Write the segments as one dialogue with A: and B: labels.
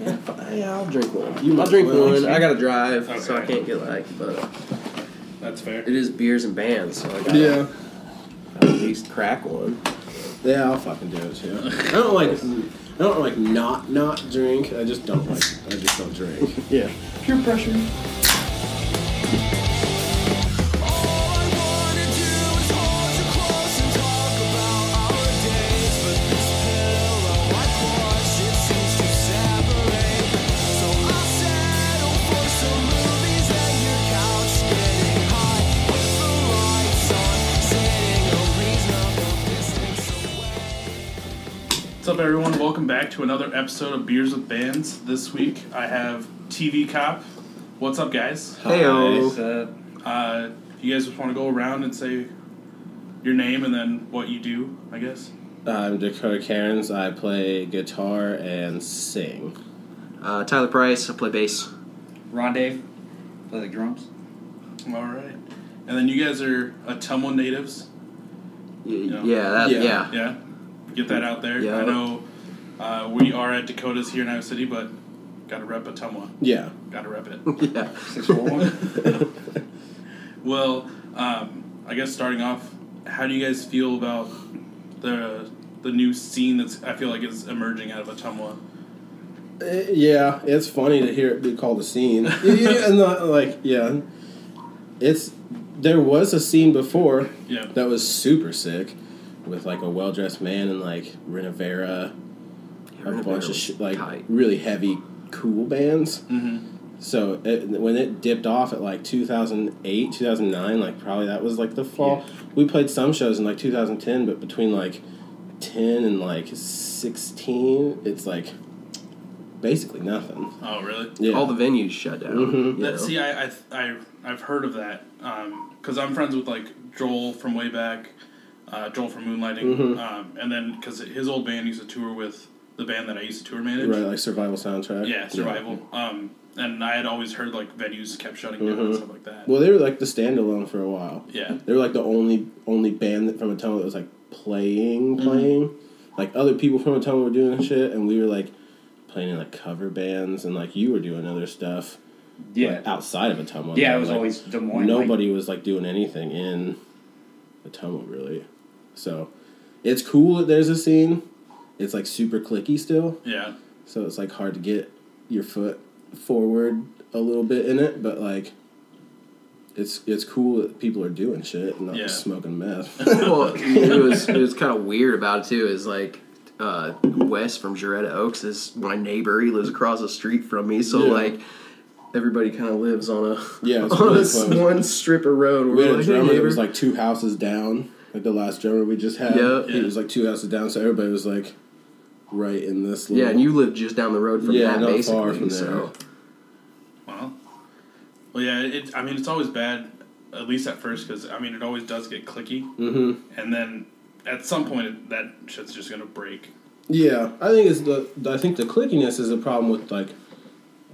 A: yeah, I'll drink one. You, I'll drink
B: Well,
A: one. I gotta drive, so I
B: Okay.
A: can't get like. But
B: That's fair.
A: it is beers and bands, so I gotta
C: Yeah.
A: at least crack one.
C: Yeah, I'll fucking do it too. I don't like. I don't like not not drink. I just don't like. I just don't drink.
A: Yeah.
D: Peer pressure.
B: What's up, everyone? Welcome back to another episode of Beers with Bands. This week I have TV Cop. What's up, guys?
A: Heyo.
B: Uh, you guys just want to go around and say your name and then what you do, I guess.
C: I'm Dakota Cairns. I play guitar and sing.
A: Uh, Tyler Price. I play bass.
D: Ron Dave, play the drums.
B: All right. And then you guys are Atumwa natives.
A: Y-
B: Yeah.
A: yeah. that,
C: Yeah.
A: yeah.
B: Yeah, get that out there.
A: Yeah.
B: I know uh, we are at Dakotas here in Iowa City, but gotta rep Atumwa.
C: Yeah.
B: Gotta rep it.
A: Yeah.
D: Six four one.
B: Well, um, I guess starting off, how do you guys feel about the the new scene that's I feel like is emerging out of Atumwa?
C: Uh, yeah, it's funny to hear it be called a scene. Yeah, yeah, and not like yeah, it's there was a scene before
B: Yeah,
C: that was super sick, with like a well dressed man and like Renovera, a bunch of sh- like
A: tight.
C: really heavy cool bands.
B: mm-hmm.
C: So it, when it dipped off at like 2008, 2009, like probably that was like the fall. We played some shows in like 2010, but between like 10 and like 16, it's like basically nothing.
B: Oh, really?
C: Yeah.
A: All the venues shut down.
C: Mhm.
A: you know?
B: That, see, I, I I I've heard of that because I'm friends with like Joel from way back, uh, Joel from Moonlighting,
C: Mhm.
B: um, and then because his old band used to tour with the band that I used to tour manage.
C: right, like survival soundtrack.
B: Yeah, Survival. Um, and I had always heard like venues kept shutting down and
C: Mhm.
B: stuff like that.
C: Well, they were like the standalone for a while.
B: yeah.
C: They were like the only only band that, from Atoma that was like playing,
D: Mm.
C: playing. Like other people from Atoma were doing shit, and we were like playing in like cover bands, and like you were doing other stuff.
D: Yeah.
C: but outside of Ottumwa.
D: Yeah, it was
C: like,
D: always Des Moines. like-
C: nobody was like doing anything in Ottumwa really. So it's cool that there's a scene. It's like super clicky still,
B: Yeah.
C: so it's like hard to get your foot forward a little bit in it, but like it's it's cool that people are doing shit and not just
B: Yeah.
C: smoking meth.
A: well, it was it was kind of weird about it too. Is like uh, Wes from Jaretta Oaks is my neighbor. He lives across the street from me, so
C: Yeah.
A: like everybody kind of lives on a
C: Yeah, it's
A: on a
C: really
A: s-
C: close.
A: one strip of road.
C: we
A: We're
C: had a
A: like, hey,
C: drummer that
A: neighbor.
C: was like two houses down, like the last drummer we just had.
A: Yeah.
C: He was like two houses down, so everybody was like right in this.
A: yeah,
C: little-
A: and you live just down the road from
C: Yeah,
A: that,
C: not far
A: basically.
C: from there.
A: So
B: Well. Well, yeah. It. I mean, it's always bad, at least at first, because I mean, it always does get clicky,
C: Mhm.
B: and then at some point that shit's just gonna break.
C: Yeah, I think it's the I think the clickiness is a problem with like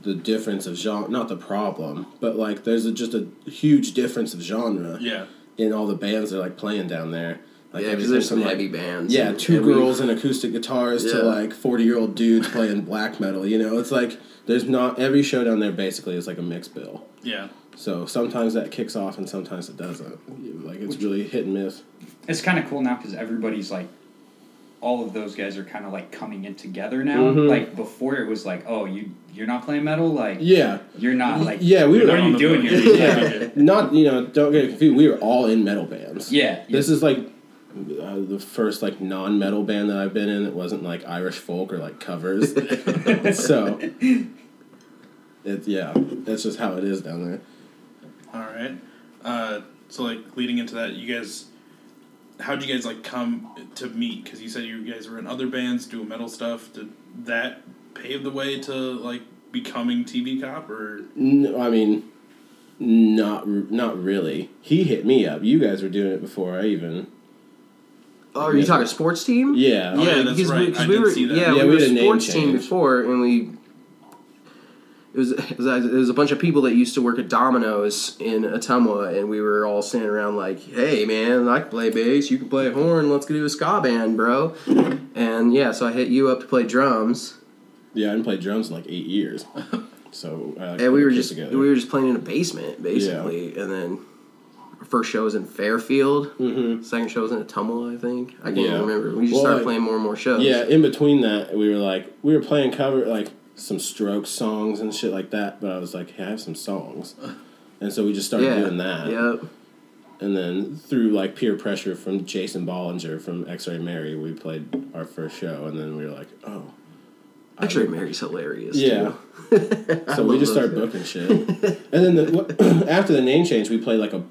C: the difference of genre. Not the problem, but like there's a, just a huge difference of genre
B: Yeah.
C: in all the bands they're like playing down there. Like
A: yeah, because
C: everything
A: there's some
C: from, like,
A: heavy bands.
C: Yeah,
A: and-
C: two
A: and we-
C: girls and acoustic guitars
A: Yeah.
C: to like forty year old dudes playing black metal. You know, it's like there's not every show down there basically is like a mixed bill.
B: Yeah.
C: So sometimes that kicks off and sometimes it doesn't. Like it's really hit and miss.
D: It's kind of cool now because everybody's like, all of those guys are kind of like coming in together now.
C: Mhm.
D: Like before, it was like, oh, you you're not playing metal, like
C: Yeah,
D: you're not like
C: yeah, we
D: What
C: were
D: are you doing here?
B: Yeah.
C: not you know don't get it confused. We were all in metal bands.
D: yeah.
C: This is like uh, the first like non-metal band that I've been in that wasn't like Irish folk or like covers. so it yeah, that's just how it is down there.
B: All right. Uh, so like leading into that, you guys, how'd you guys like come to meet? Because you said you guys were in other bands doing metal stuff. Did that pave the way to like becoming TV cop or?
C: No, I mean not r- not really. He hit me up. You guys were doing it before I even.
A: Oh, are you talking sports team?
C: Yeah.
B: Oh, yeah,
A: yeah,
B: that's
A: because
B: right.
A: we, 'cause
B: I
A: we
B: did
A: were
B: see that.
A: yeah,
C: Yeah,
A: we
C: we
A: were
C: had a name
A: sports team
C: change.
A: before, and we it was, it was it was a bunch of people that used to work at Domino's in Ottumwa, and we were all standing around like, "Hey, man, I can play bass, you can play horn, let's go do a ska band, bro." And yeah, so I hit you up to play drums,
C: Yeah, I haven't played drums in like eight years. So uh, I, like,
A: And we
C: put
A: were
C: a kid
A: just
C: together.
A: we were just playing in a basement basically, and then our first show was in Fairfield. Mm-hmm. Second show was in Atumwa, I think. I can't
C: Yeah.
A: remember. We just
C: Well,
A: started
C: like-
A: playing more and more shows.
C: yeah. In between that, we were like we were playing cover like some Strokes songs and shit like that. But I was like, hey, I have some songs, and so we just started
A: yeah,
C: doing that.
A: Yep.
C: And then through like peer pressure from Jason Bollinger from X Ray Mary, we played our first show, and then we were like, oh,
A: Actually, Mary's hilarious.
C: Yeah.
A: too.
C: so we
A: love those
C: just started
A: guys.
C: booking shit. and then the, after the name change, we played like a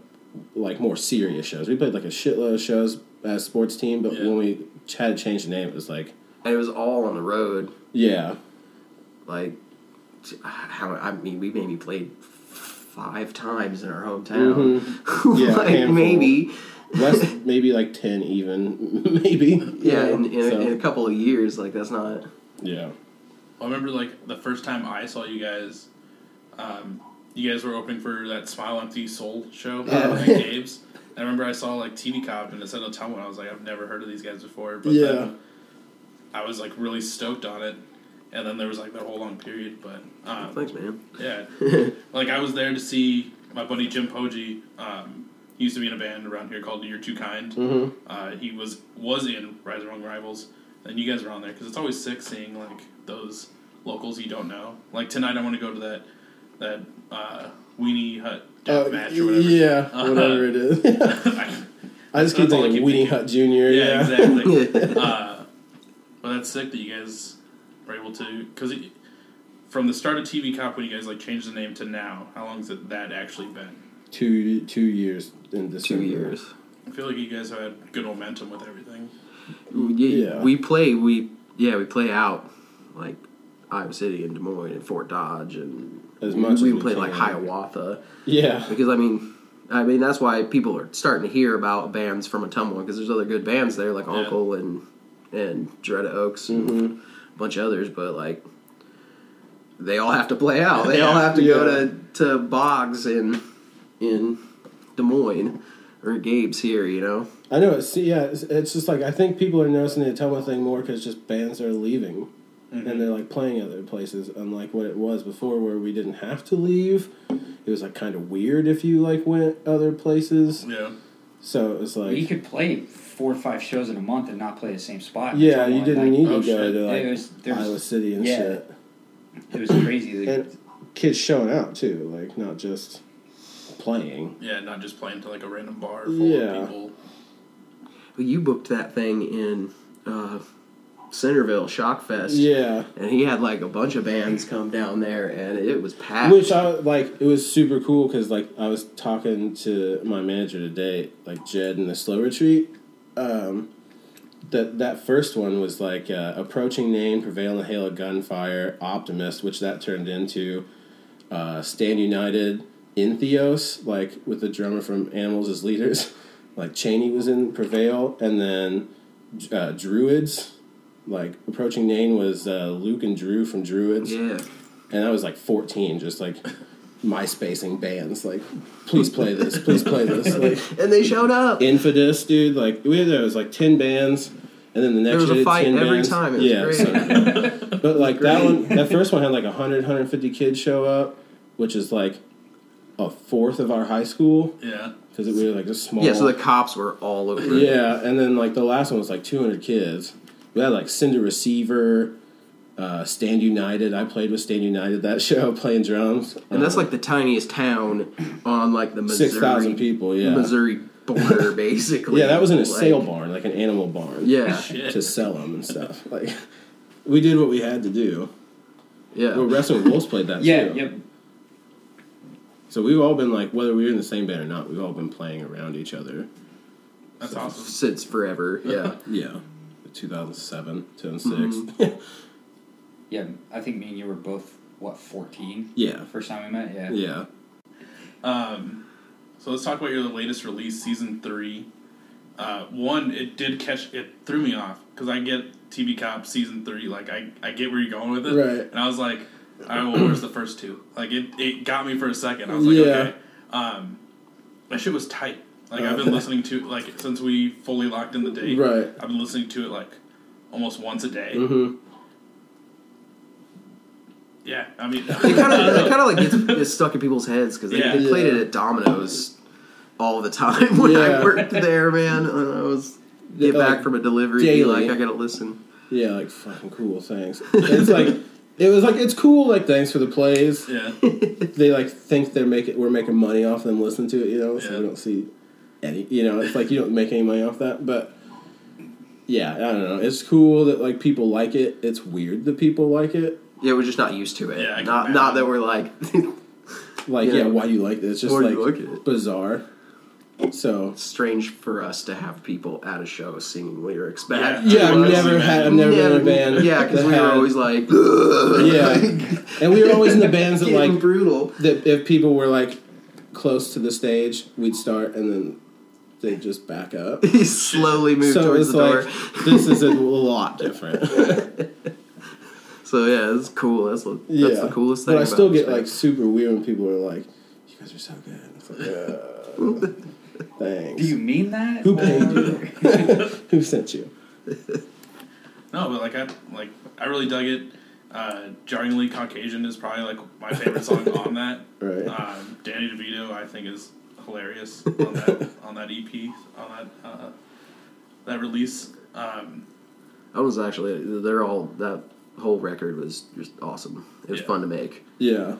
C: like more serious shows. We played like a shitload of shows as a sports team, but
B: Yeah.
C: when we ch- had to change the name, it was like
A: and it was all on the road.
C: yeah,
A: Like, t- how I mean, we maybe played five times in our hometown.
C: Mhm. Yeah,
A: like
C: handful.
A: maybe.
C: less maybe like ten even maybe
A: Yeah,
C: You know?
A: in, in,
C: So,
A: a, in a couple of years, like that's not.
C: yeah.
B: I remember like the first time I saw you guys, um, you guys were opening for that Smile Empty Soul show
A: Yeah.
B: at Gabe's. I remember I saw like TV Cop and it said Ottawa, and I was like, I've never heard of these guys before. But
C: Yeah.
B: then I was like really stoked on it, and then there was like that whole long period. But um,
A: Thanks, man.
B: yeah, like I was there to see my buddy Jim Poggi. Um, he used to be in a band around here called You're Too Kind.
C: Mm-hmm.
B: Uh, he was was in Rise Among Rivals, and you guys were on there because it's always sick seeing like those locals you don't know. Like tonight, I want to go to that that uh, Weenie Hut death match or whatever.
C: Oh, yeah, whatever it is. I just keep
B: That's all I
C: thinking
B: keep
C: Weenie
B: thinking.
C: Hut Junior.
B: yeah,
C: Yeah,
B: exactly. uh, but that's sick that you guys were able to because from the start of TV Cop when you guys like changed the name to now, how long has it, that actually been?
C: two two years in this
A: Two years.
B: I feel like you guys have had good momentum with everything.
A: Yeah,
C: Yeah.
A: we play. We yeah, we play out like Iowa City and Des Moines and Fort Dodge and
C: As much as
A: we,
C: we
A: play like
C: can.
A: Hiawatha
C: Yeah,
A: because I mean. I mean that's why people are starting to hear about bands from Ottumwa because there's other good bands there like Uncle and and Dreta Oaks and
C: Mm-hmm.
A: a bunch of others, but like they all have to play out. They all
B: Yeah.
A: have to
C: Yeah.
A: go to to Boggs in in Des Moines or Gabe's here, you know.
C: I know. It's, yeah, it's, it's just like I think people are noticing the Ottumwa thing more because just bands are leaving,
D: Mm-hmm.
C: and they're like playing other places, unlike what it was before, where we didn't have to leave. It was like kind of weird if you like went other places.
B: Yeah.
C: So it was
D: you
C: like,
D: could play four or five shows in a month and not play the same spot.
C: yeah,
D: It's
C: you
D: all
C: didn't
D: like-
C: need
B: oh,
C: to go
B: shit.
C: to like
D: It was- there was-
C: Iowa City and
D: yeah.
C: shit,
D: It was crazy. The-
C: and kids showing out too, like not just playing.
B: Yeah, not just playing to like a random bar full
C: Yeah.
B: of people.
A: But you booked that thing in uh, Centerville Shock Fest,
C: Yeah.
A: and he had like a bunch of bands come down there, and it was packed.
C: Which I like. It was super cool because like I was talking to my manager today, like Jed in the slow retreat. Um, that that first one was like uh, approaching name, prevail in the hail of gunfire, optimist, which that turned into uh, stand united in Theos, like with the drummer from Animals as leaders. Like Cheney was in prevail, and then uh, Druids. Like approaching name was uh, Luke and Drew from Druids
A: yeah,
C: and I was like 14, just like MySpacing bands, like please play this, please play this, like
A: and they showed up.
C: Infidus, dude. Like we had there was like 10 bands, and then the next
A: There was
C: year
A: a
C: did
A: fight
C: 10
A: every
C: bands.
A: time. It was great.
C: so- but like that
A: Great.
C: one, that first one had like 100, 150 kids show up, which is like a fourth of our high school
B: Yeah.
C: because we were like a small.
A: yeah, so the cops were all over. it.
C: Yeah, and then like the last one was like 200 kids. We had like Cinder Receiver, uh, Stand United. I played with Stand United that show playing drums.
A: and that's
C: Um,
A: like the tiniest town on like the Missouri
C: 6,000 people, yeah.
A: Missouri border, basically.
C: Yeah, that was in a
A: Like,
C: sale barn, like an animal barn.
A: Yeah,
B: Shit.
C: To sell them and stuff. Like, we did what we had to do.
A: yeah.
C: Well, Wrestling Wolves played that
D: yeah,
C: too.
D: yep.
C: So we've all been like, whether we were in the same band or not, we've all been playing around each other.
B: That's awesome.
A: Since forever, yeah.
C: Yeah. 2007, 2006.
D: Yeah, I think me and you were both what fourteen.
C: yeah.
D: First time we met. Yeah.
C: Yeah.
B: Um, so let's talk about your latest release, season three. Uh, one, it did catch it threw me off because I get TV Cop season three. Like I, I get where you're going with it,
C: Right.
B: And I was like, all right, well, where's the first two? Like it, it got me for a second. I was like,
C: Yeah.
B: okay, um, that shit was tight. Like I've been listening to like since we fully locked in the date.
C: Uh, Right. Mm-hmm.
B: I've been listening to it like almost once a day.
C: Mm hmm.
B: Yeah, I mean,
A: It kind of it kind of like gets, gets stuck in people's heads because they,
B: Yeah.
A: they played it at Domino's all the time when
C: Yeah.
A: I worked there, man. And I was get
C: Like,
A: back from a delivery, be
C: daily.
A: like I gotta listen.
C: Yeah, like fucking cool, thanks. It's like it was like it's cool, like thanks for the plays.
B: yeah.
C: They like think they're making we're making money off them listening to it, you know. So
B: Yeah.
C: we don't see any, you know. It's like you don't make any money off that, but yeah, I don't know. It's cool that like people like it. It's weird that people like it.
A: Yeah, we're just not used to it.
B: Yeah, I can
A: not not that we're like
C: Like yeah,
A: Yeah.
C: why you like this? It's just
A: Why
C: like
A: you like it?
C: bizarre. So
A: strange for us to have people at a show singing lyrics back.
B: Yeah,
C: yeah,
A: to
C: I've
A: us.
C: never had. I've never been in a band.
A: Yeah, because
C: that
A: we were
C: had-
A: always like, "Ugh,"
C: Yeah. and we were always in the bands that
A: getting
C: like
A: brutal.
C: that if people were like close to the stage, we'd start and then they'd just back up.
A: He slowly moved
C: so
A: towards
C: it's
A: the
C: like
A: door.
C: this is a lot different.
A: So yeah, it's cool. That's what,
C: yeah,
A: that's the coolest thing.
C: But I
A: about
C: still
A: this
C: get like
A: band.
C: super weird when people are like, "You guys are so good." It's like, uh, thanks.
D: Do you mean that?
C: Who paid
D: you?
C: Who sent you?
B: No, but like I like I really dug it. Uh, Jarringly Caucasian is probably like my favorite song on that.
C: Right.
B: Um, Danny DeVito I think is hilarious on that on that EP on that uh, that release. Um,
A: I was actually they're all that whole record was just awesome. It was
B: Yeah.
A: fun to make.
C: Yeah,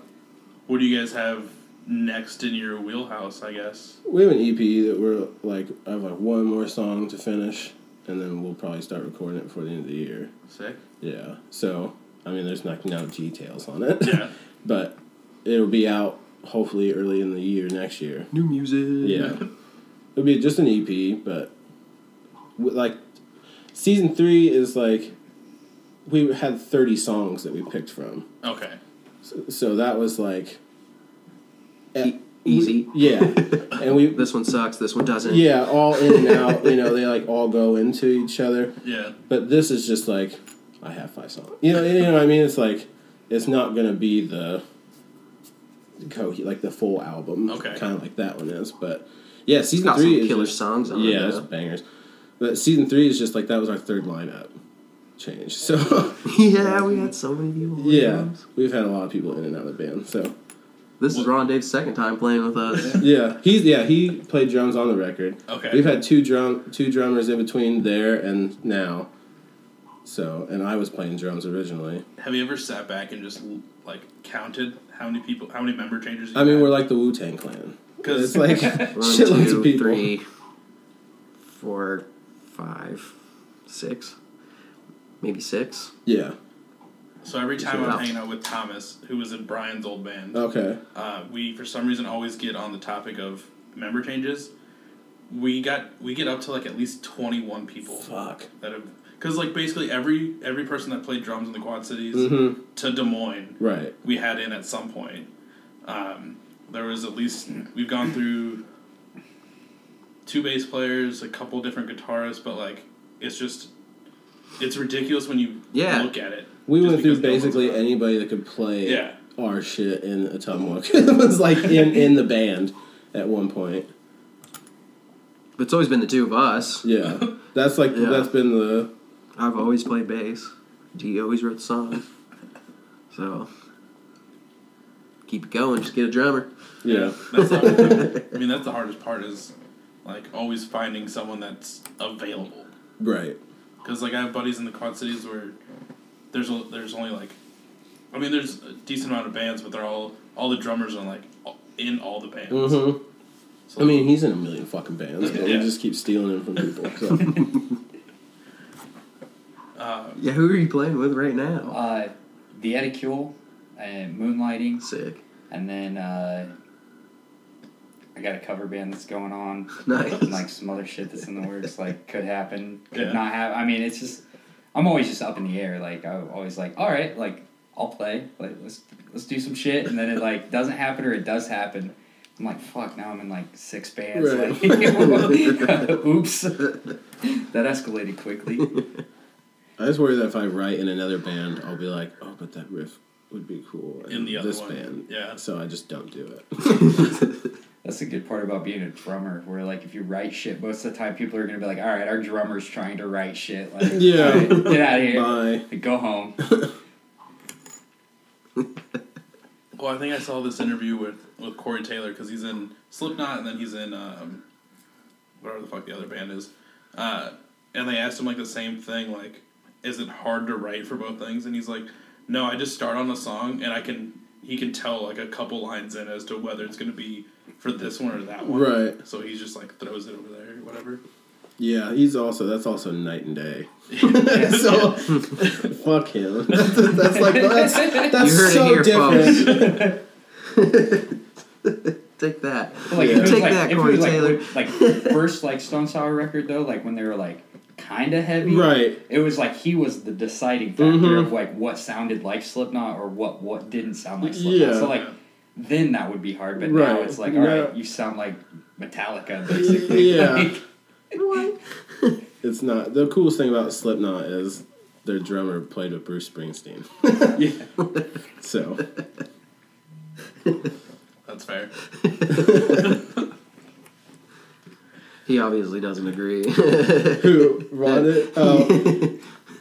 B: what do you guys have next in your wheelhouse? I guess.
C: we have an EP that we're like, I have like one more song to finish, and then we'll probably start recording it before the end of the year.
B: Sick.
C: Yeah. So I mean, there's like no details on it.
B: Yeah.
C: but it'll be out hopefully early in the year next year.
A: New music.
C: Yeah, it'll be just an EP, but w- like season three is like we had thirty songs that we picked from,
B: Okay.
C: so, so that was like eh,
A: easy.
C: yeah, and we
A: This one sucks. This one doesn't.
C: yeah all in and out. You know, they like all go into each other.
B: Yeah.
C: But this is just like I have five songs. You know, you know what I mean? It's like it's not gonna be the co like the full album.
B: Okay.
C: Kind of like that one is, but yeah,
A: It's
C: season
A: got
C: three
A: some
C: is
A: killer
C: just-
A: songs on
C: Yeah,
A: it.
C: it's
A: though.
C: bangers. But season three is just like that was our third lineup change. So
A: yeah, we had so many people. playing
C: yeah,
A: drums.
C: we've had a lot of people in and out of the band. So
A: This is Ron Dave's second time playing with us.
C: yeah, he's yeah he played drums on the record.
B: Okay.
C: We've had two drum two drummers in between there and now. So and I was playing drums originally.
B: Have you ever sat back and just like counted how many people, how many member changes? You
C: I mean,
B: had?
C: we're like the Wu Tang Clan.
B: 'Cause-
C: It's like
A: One,
C: shitloads
A: two,
C: of people.
A: three, four, five, six, maybe six.
C: Yeah.
B: So every time
A: Wow.
B: I'm hanging out with Thomas, who was in Brian's old band,
C: Okay.
B: uh, we for some reason always get on the topic of member changes. We got we get up to like at least twenty one people
C: Fuck.
B: that have because like basically every every person that played drums in the Quad Cities
C: Mhm.
B: to Des Moines
C: Right.
B: we had in at some point. Um, there was at least we've gone through two bass players, a couple different guitarists, but like it's just it's ridiculous when you
A: Yeah.
B: look at it.
C: We
B: just
C: went through
B: because no one's
C: basically
B: on.
C: anybody that could play
B: Yeah.
C: our shit in a Atumwa. it was like in, in the band at one point.
A: But it's always been the two of us.
C: Yeah. That's like
A: Yeah.
C: that's been the
A: I've always played bass. D always wrote the songs. So keep it going. Just get a drummer.
C: yeah.
B: That's the, I mean, that's the hardest part is like always finding someone that's available.
C: Right.
B: Because like I have buddies in the Quad Cities where there's a, there's only like, I mean, there's a decent amount of bands, but they're all all the drummers are like all- in all the bands.
C: Mm-hmm.
B: So,
C: I mean, he's in a million fucking bands, but
B: Yeah.
C: we just keep stealing him from people. So.
B: uh,
A: Yeah, who are you playing with right now?
D: Uh, the Eticule, and Moonlighting,
A: Sick.
D: and then uh, I got a cover band that's going on.
A: Nice.
D: And, like some other shit that's in the works, like could happen, could
B: Yeah.
D: not happen. I mean, it's just I'm always just up in the air. Like I'm always like, all right, like I'll play. Like let's let's do some shit, and then it like doesn't happen or it does happen. I'm like, fuck. Now I'm in like six bands.
C: Right.
D: Like, oops. that escalated quickly.
C: I just worry that if I write in another band, I'll be like, oh, but that riff would be cool
B: In the other
C: this
B: one.
C: band.
B: Yeah.
C: So I just don't do it.
D: That's the good part about being a drummer, where like if you write shit, most of the time people are gonna be like, "All right, our drummer's trying to write shit." Like,
C: Yeah.
D: "All right, get out of here,
C: Bye.
D: Like, go home.
B: Oh, I think I saw this interview with with Corey Taylor because he's in Slipknot and then he's in um, whatever the fuck the other band is. Uh, and they asked him like the same thing, like, "Is it hard to write for both things?" And he's like, "No, I just start on a song and I can." He can tell like a couple lines in as to whether it's going to be for this one or that one.
C: Right.
B: So he just like throws it over there, whatever.
C: Yeah, he's also that's also night and day. so fuck him. That's, that's like that's that's
A: You heard it
C: so
A: here,
C: different.
A: Take that.
D: Like, if it was
A: Take
D: like, if
A: that,
D: it
A: Corey
D: was, like,
A: Taylor.
D: w- Like, first like Stone Sour record though, like when they were like kind of heavy,
C: Right. Mm-hmm.
D: It was like he was the deciding factor of like what sounded like Slipknot or what what didn't sound like Slipknot.
C: Yeah.
D: So like then that would be hard, but now
C: Right.
D: it's like all
C: No.
D: right, you sound like Metallica basically.
C: Yeah.
D: Like,
C: It's not the coolest thing about Slipknot is their drummer played with Bruce Springsteen.
D: yeah.
C: So
B: That's fair.
A: He obviously doesn't agree.
C: who Ron? it? Oh,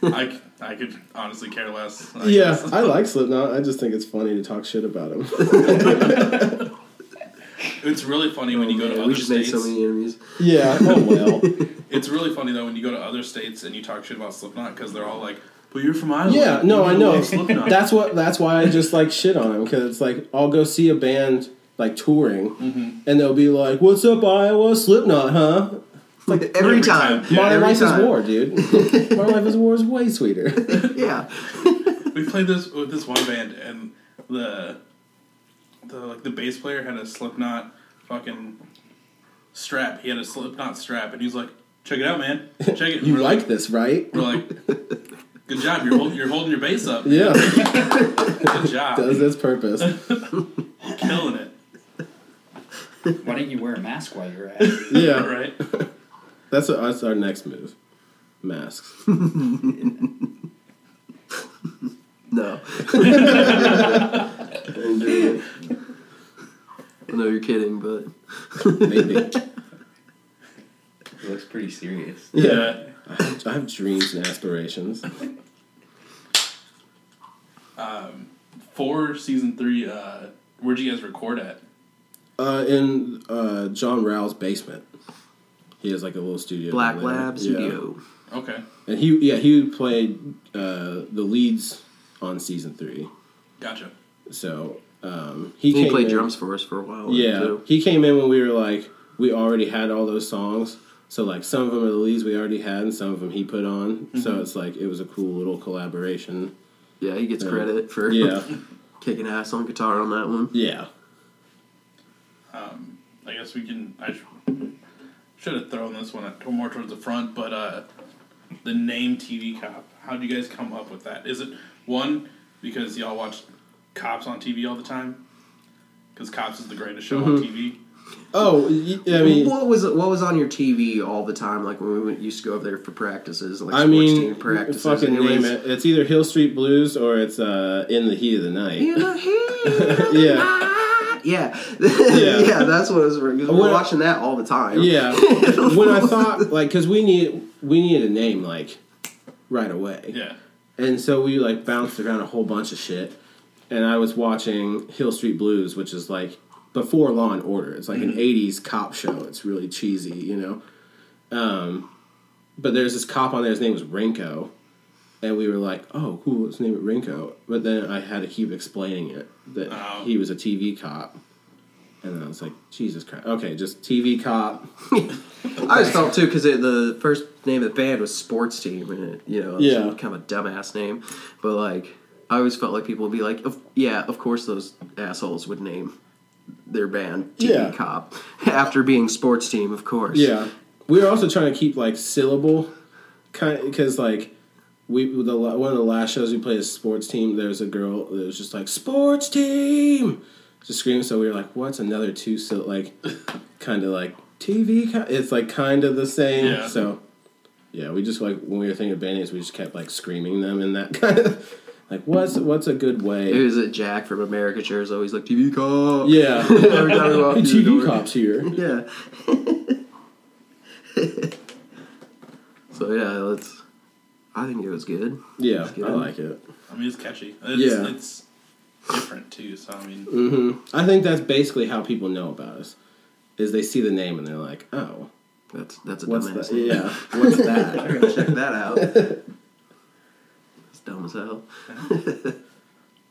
B: I, c- I could honestly care less. I
C: yeah,
B: guess.
C: I like Slipknot. I just think it's funny to talk shit about him.
B: It's really funny when you go to
A: Oh, Man,
B: other
A: we just made
B: states.
A: so many enemies.
C: yeah. Oh well.
B: It's really funny though when you go to other states and you talk shit about Slipknot because they're all like, "But you're from Iowa."
C: Yeah, no,
B: You
C: I know.
B: love Slipknot."
C: That's what. That's why I just like shit on him because it's like I'll go see a band like touring,
A: Mm-hmm.
C: and they'll be like, "What's up, Iowa? Slipknot, huh?"
A: Like every,
B: every
A: time.
B: time. Yeah,
C: Modern
A: every
C: Life
A: time.
C: is War, dude. Modern Life is War is way sweeter.
A: Yeah.
B: we played this with this one band and the the like the bass player had a Slipknot fucking strap. He had a Slipknot strap and he was like, "Check it out, man. Check it."
C: You
B: We're
C: like this, right?
B: We're like, "Good job. You're holding you're holding your bass up.
C: Yeah,
B: Good job.
C: does its purpose.
B: Killing it."
D: Why didn't you wear a mask while you were at it?
C: Yeah,
B: Right.
C: that's, that's our next move. Masks.
A: No. I know you're kidding, but
C: Maybe.
D: It looks pretty serious.
C: Yeah, I have dreams and aspirations.
B: For season three, uh, where'd you guys record at?
C: Uh, in uh, John Rao's basement, he has like a little studio.
A: Black
C: down there.
A: Lab
C: Yeah.
A: Studio.
B: Okay.
C: And he, yeah, he played uh, the leads on season three.
B: Gotcha.
C: So um, he,
A: He
C: came
A: played
C: in-
A: drums for us for a while.
C: Yeah,
A: too.
C: he came in when we were like we already had all those songs. So like some of them are the leads we already had, and some of them he put on. So it's like it was a cool little collaboration.
A: Yeah, he gets
C: Yeah.
A: credit for
C: Yeah,
A: kicking ass on guitar on that one.
C: yeah.
B: Um, I guess we can. I sh- should have thrown this one at, more towards the front, but uh, the name TV Cop. How do you guys come up with that? Is it one because y'all watch cops on TV all the time? Because Cops is the greatest show on TV.
C: Oh, y- I mean,
A: what was what was on your TV all the time? Like when we went, used to go over there for practices, like
C: I
A: sports team
C: mean,
A: practices.
C: fucking
A: It was-
C: name it. It's either Hill Street Blues or it's uh, in the heat of the night.
A: You know, hey,
C: yeah,
A: yeah, yeah, That's what it was. for, 'cause We were
C: When I-
A: watching that all the time.
C: yeah. when I thought like, because we need we needed a name like right away.
B: Yeah.
C: And so we like bounced around a whole bunch of shit. And I was watching Hill Street Blues, which is like before Law and Order. It's like an
B: Mm-hmm.
C: '80s cop show. It's really cheesy, you know. Um, but there's this cop on there. His name was Rinko, and we were like, "Oh, cool. Let's name it Rinko." But then I had to keep explaining it that
B: Oh.
C: he was a TV cop, and then I was like, "Jesus Christ! Okay, just TV cop."
A: I just felt too because the first name of the band was Sports Team, and it, you know, it's
C: Yeah.
A: kind of a dumbass name. But like, I always felt like people would be like, of, "Yeah, of course those assholes would name their band TV
C: Yeah.
A: Cop after being Sports Team, of course."
C: Yeah, we were also trying to keep like syllable, kind because like we the la- one of the last shows we played as sports team. There was a girl that was just like sports team, just screaming. So we were like, what's another two syllable like, kind of like TV. ki- It's like kind of the same.
B: Yeah.
C: So yeah, we just like when we were thinking of band names, we just kept like screaming them in that kind of like what's what's a good way.
A: Who is it? Jack from America Chair is always like TV Cop.
C: yeah,
A: Every time we walk
C: Hey,
A: through the
C: TV
A: door.
C: cops here.
A: Yeah. so yeah, let's. I think it was good.
C: Yeah, I
A: good.
C: like it.
B: I mean, it's catchy. It's,
C: Yeah.
B: It's different too. So I mean,
C: hmm I think that's basically how people know about us. Is they see the name and they're like, oh,
A: That's that's a
C: what's
A: dumbass.
C: that? Yeah.
A: What's that? I gotta check that out. It's dumb as hell.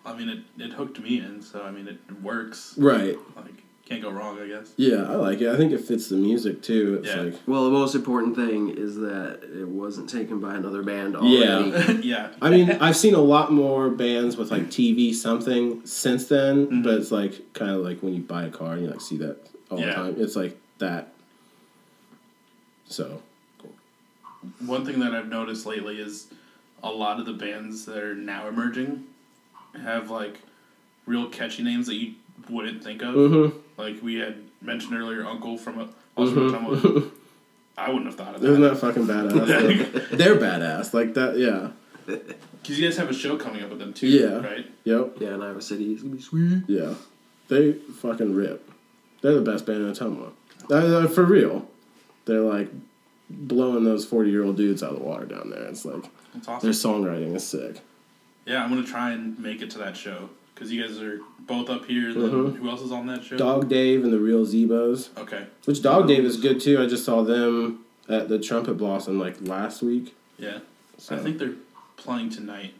B: I mean it, it hooked me in. So I mean it works.
C: right.
B: Like can't go wrong. I guess.
C: Yeah, I like it. I think it fits the music too. It's
B: Yeah.
C: like
A: Well, the most important thing is that it wasn't taken by another band
C: Yeah.
A: already.
B: yeah.
C: I mean, I've seen a lot more bands with like TV something since then,
B: Mm-hmm.
C: but it's like kind of like when you buy a car and you like see that all the
B: Yeah.
C: time. It's like that. So
B: One thing that I've noticed lately is a lot of the bands that are now emerging have like real catchy names that you wouldn't think of.
C: Mhm.
B: Like we had mentioned earlier, Uncle from a,
C: Mm-hmm.
B: also from Tumwa. I wouldn't have thought of
C: isn't
B: that.
C: that fucking badass? They're badass, like that. Yeah.
B: Because you guys have a show coming up with them too,
C: Yeah.
B: right?
C: Yep.
A: Yeah, and Iowa City is gonna be sweet.
C: Yeah. They fucking rip. They're the best band in Ottumwa. Uh, for real. They're like blowing those forty year old dudes out of the water down there. It's like
B: That's
C: their
B: awesome.
C: songwriting is sick.
B: Yeah, I'm gonna try and make it to that show because you guys are both up here. Then
C: Mm-hmm.
B: Who else is on that show?
C: Dog Dave and the Real Zebos.
B: Okay,
C: Which Dog Dave is good too. I just saw them at the Trumpet Blossom like last week.
B: yeah.
C: So.
B: I think they're playing tonight.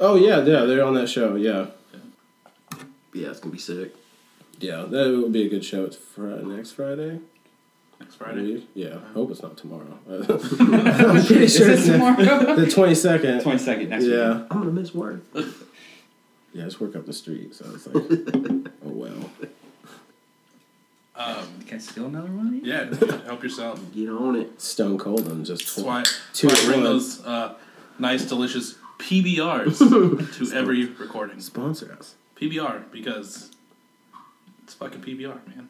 C: Oh yeah, yeah, they're on that show. Yeah,
A: Yeah, it's gonna be sick.
C: yeah, that will be a good show. It's Friday, next Friday.
B: Next Friday.
C: maybe? Yeah, I hope it's not tomorrow. I'm pretty
D: Is
C: sure
D: it
C: it's ne-
D: tomorrow?
C: the twenty second.
D: Twenty second next week.
C: Yeah,
A: I'm gonna miss work.
C: yeah, it's work up the street, so it's like, oh well.
B: Um,
D: Can I steal another one?
B: yeah, dude, help yourself.
A: Get on it.
C: Stone cold and just
B: That's why,
C: Two
B: that's
C: at
B: why I bring
C: once.
B: those uh, nice, delicious PBRs to every recording.
C: sponsor us.
B: PBR because it's fucking PBR, man.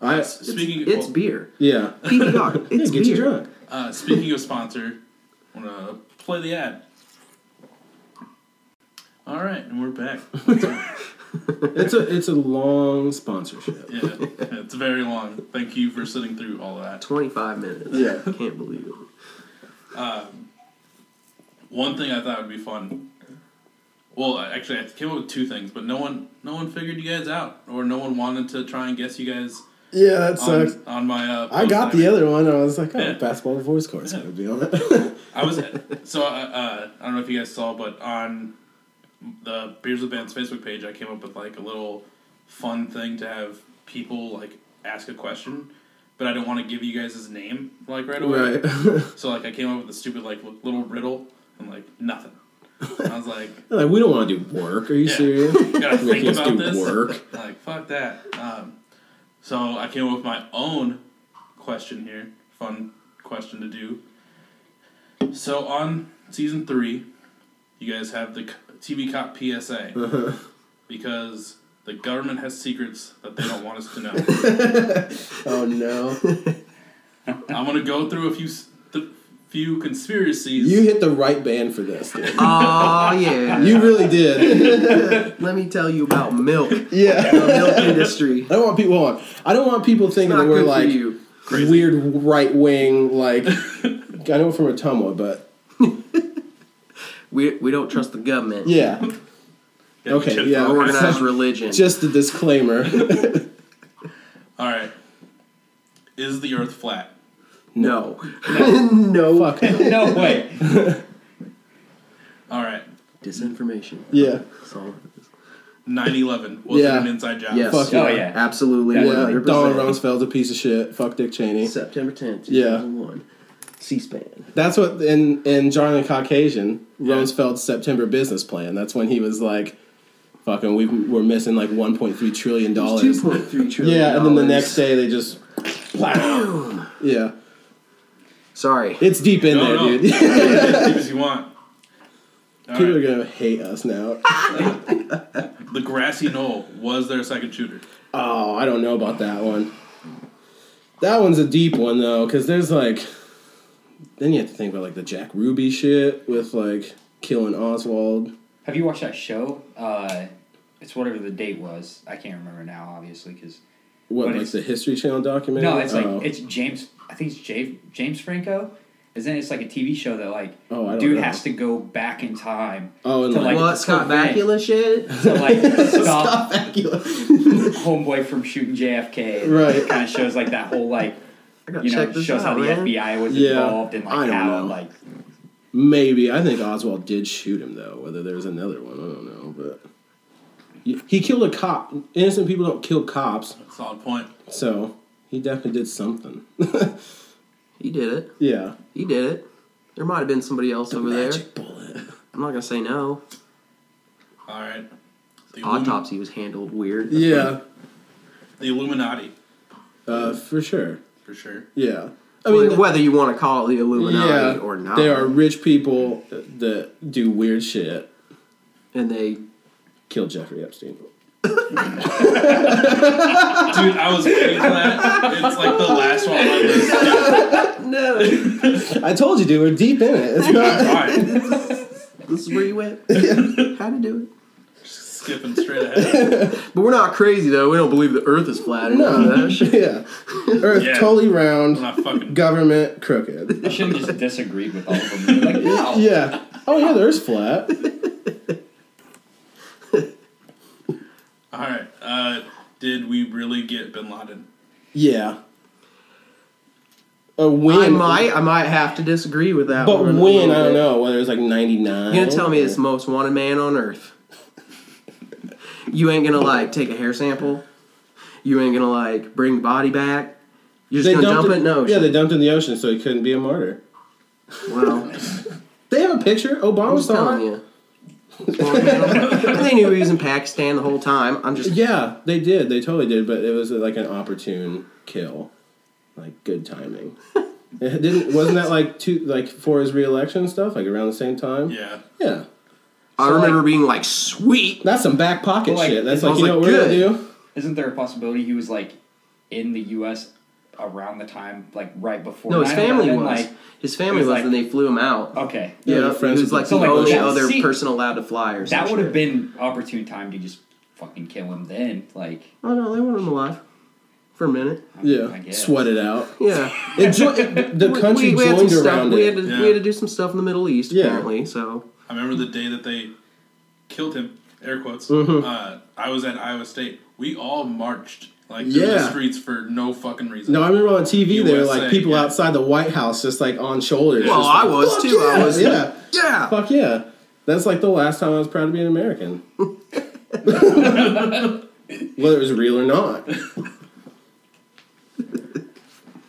C: I
A: It's,
B: Speaking,
A: it's
B: well,
A: beer.
C: yeah,
A: PBR.
C: yeah,
A: It's
C: get you
A: beer.
C: drunk.
B: Uh, speaking of sponsor, I'm gonna play the ad. All right, and we're back.
C: It's a it's a long sponsorship.
B: Yeah, it's very long. Thank you for sitting through all that.
A: 25 minutes.
C: Yeah.
A: Can't believe it.
B: One thing I thought would be fun. Well, I- actually, I came up with two things, but no one, no one figured you guys out, or no one wanted to try and guess you guys
C: Yeah, that sucks.
B: on, on my. Uh,
C: I
B: post
C: got
B: that
C: the other one. I was like, oh,
B: Yeah.
C: basketball voice chorus going to be on it.
B: I was so uh, uh, I don't know if you guys saw, but on the Beers with Bands Facebook page, I came up with like a little fun thing to have people like ask a question, but I don't want to give you guys his name like right away.
C: right.
B: So like I came up with a stupid like li- little riddle and like nothing. I was like,
C: like, we don't want to do work. Are you
B: Yeah.
C: serious?
B: gotta think
C: Let's
B: about
C: do
B: this.
C: work.
B: Like fuck that. Um, so I came up with my own question here. Fun question to do. So on season three, you guys have the c- TV cop PSA because the government has secrets that they don't want us to know.
C: Oh, no.
B: I'm gonna go through a few s- th- few conspiracies.
C: You hit the right band for this, dude.
A: Oh, yeah.
C: You really did.
A: Let me tell you about milk. The
C: yeah.
A: milk industry.
C: I don't want people on. I don't want people thinking
A: Not
C: that we're
A: good
C: like
A: for you.
C: weird right wing, like, I know we're from Ottumwa, but
A: We, we don't trust the government.
C: yeah.
B: Gotta
C: okay,
B: check
C: yeah.
B: the-
A: Or organized
C: So-
A: religion.
C: Just a disclaimer.
B: All right. Is the Earth flat?
A: no. no.
C: Fuck.
D: No way.
B: All right.
A: Disinformation.
C: Yeah.
A: That's all it is.
B: 9/11 was
C: Yeah.
B: it an inside job?
A: Yes.
C: Fuck
D: Oh yeah.
A: Absolutely.
D: Yeah.
C: Yeah.
A: 100%.
C: Donald Rumsfeld's a piece of shit. Fuck Dick Cheney.
A: September 10th,
C: Yeah.
A: 2001. C-SPAN.
C: That's what in in John the Caucasian
B: Yeah.
C: Roosevelt's September business plan. That's when he was like, "Fucking, we we're missing like 1.3 trillion dollars."
A: $2.3 trillion.
C: Yeah, and then the next day they just, yeah,
A: Sorry.
C: it's deep in
B: No,
C: there,
B: no.
C: dude.
B: As deep as you want. All
C: People are
B: right.
C: gonna hate us now.
B: The grassy knoll was their second shooter.
C: Oh, I don't know about that one. That one's a deep one though, because there's like, then you have to think about like the Jack Ruby shit with like killing Oswald.
D: Have you watched that show? Uh, it's whatever the date was. I can't remember now, obviously, because
C: What
D: But
C: like
D: it's-
C: the History Channel documentary?
D: no, it's like
C: Oh.
D: it's James. I think it's James James Franco. Isn't it? It's like a TV show that like
C: Oh, I don't
D: dude
C: know.
D: has to go back in time
C: Oh, and
D: to
C: like-
D: like
A: what Scott
D: prevent-
A: Bakula shit?
D: to like stop
A: Scott Bakula.
D: homeboy from shooting JFK. And
C: Right.
D: Kind of shows like that whole like
A: I gotta
D: you know
A: check this
D: shows
A: out,
D: how the
A: man.
D: FBI was
C: Yeah.
D: involved and
C: I
D: like
C: don't
D: how
C: know.
D: like
C: Maybe I think Oswald did shoot him though. Whether there's another one, I don't know. But he killed a cop. Innocent people don't kill cops,
B: Solid point.
C: so he definitely did something.
A: He did it.
C: yeah.
A: He did it. There might have been somebody else over there.
C: bullet.
A: I'm not gonna say no.
B: All right. The Illumi-
A: Autopsy was handled weird.
C: Yeah,
B: the Illuminati,
C: uh, for sure.
B: for sure.
C: Yeah. I
A: I mean,
C: mean,
A: whether you want to call it the Illuminati
C: yeah,
A: or not,
C: they are rich people that do weird shit.
A: and they
C: Kill Jeffrey Epstein.
B: Dude, I was waiting for that. It's like the last one on my list.
A: no. this
C: I told you, dude. We're deep in it. It's
B: All
C: not-
B: right.
A: is where you went. How to do it?
B: Skipping straight ahead.
A: But we're not crazy though. We don't believe the Earth is flat or none of that shit.
C: yeah. Earth
B: Yeah.
C: totally
B: I'm
C: round.
B: not fucking.
C: Government crooked.
D: I should have just disagreed with all of them. You're like, no.
C: Yeah. Oh yeah, there's flat.
B: All right. Uh, did we really get Bin Laden?
C: Yeah. A win.
A: I might, I might have to disagree with that.
C: but
A: one a
C: when
A: little
C: I don't
A: bit.
C: know whether it's like ninety nine.
A: You're gonna tell me it's the most wanted man on Earth. You ain't gonna like take a hair sample. You ain't gonna like bring body back. You're just
C: they
A: gonna
C: dumped
A: dump it. No,
C: Yeah,
A: shit.
C: they dumped it in the ocean, so he couldn't be a martyr.
A: well,
C: They have a picture.
A: I'm
C: Obama
A: just
C: saw
A: telling
C: it.
A: you. And they knew he was in Pakistan the whole time. I'm just
C: Yeah, they did. They totally did. But it was like an opportune kill, like good timing. it didn't. Wasn't that like two like for his reelection stuff, like around the same time?
B: Yeah.
C: Yeah.
A: I remember being like, sweet.
C: That's some back pocket
D: Well, like,
C: shit. That's
D: I
C: like
A: was
C: you know
A: like,
C: what we're
A: good.
C: gonna do.
D: Isn't there a possibility he was like in the U.S. around the time, like right before?
A: No, his family
D: 9/11?
A: was.
D: Like,
A: his family
D: it was
A: was,
D: like-
A: and they flew him out.
D: okay,
C: Yeah,
A: yeah,
C: they're
A: he
C: friends
A: was
C: with
A: like
C: the
A: the
D: So, like,
A: only
D: that-
A: other
D: see,
A: person allowed to fly or
D: that
A: some
D: would have
A: shit.
D: been opportune time to just fucking kill him then. Like,
A: Oh no, they want him alive for a minute.
D: I
C: Yeah,
D: guess.
C: sweat it out.
A: Yeah,
C: It jo- it- the
A: We-
C: country
A: we, we had some
C: joined
A: stuff-
C: around
A: we
C: it.
A: had to,
B: Yeah.
A: we had to do some stuff in the Middle East
C: Yeah.
A: apparently. So
B: I remember the day that they killed him. Air quotes.
C: Mm-hmm.
B: Uh, I was at Iowa State. We all marched like through the
C: Yeah.
B: streets for no fucking reason.
C: No, I remember on TV they were
B: USA,
C: like people
B: yeah.
C: outside the White House just like on shoulders.
A: Well,
C: just like,
A: I was,
C: "Fuck
A: too. I
C: yeah,
A: was-
C: yeah,
A: yeah,
C: fuck yeah. That's like the last time I was proud to be an American, whether it was real or not.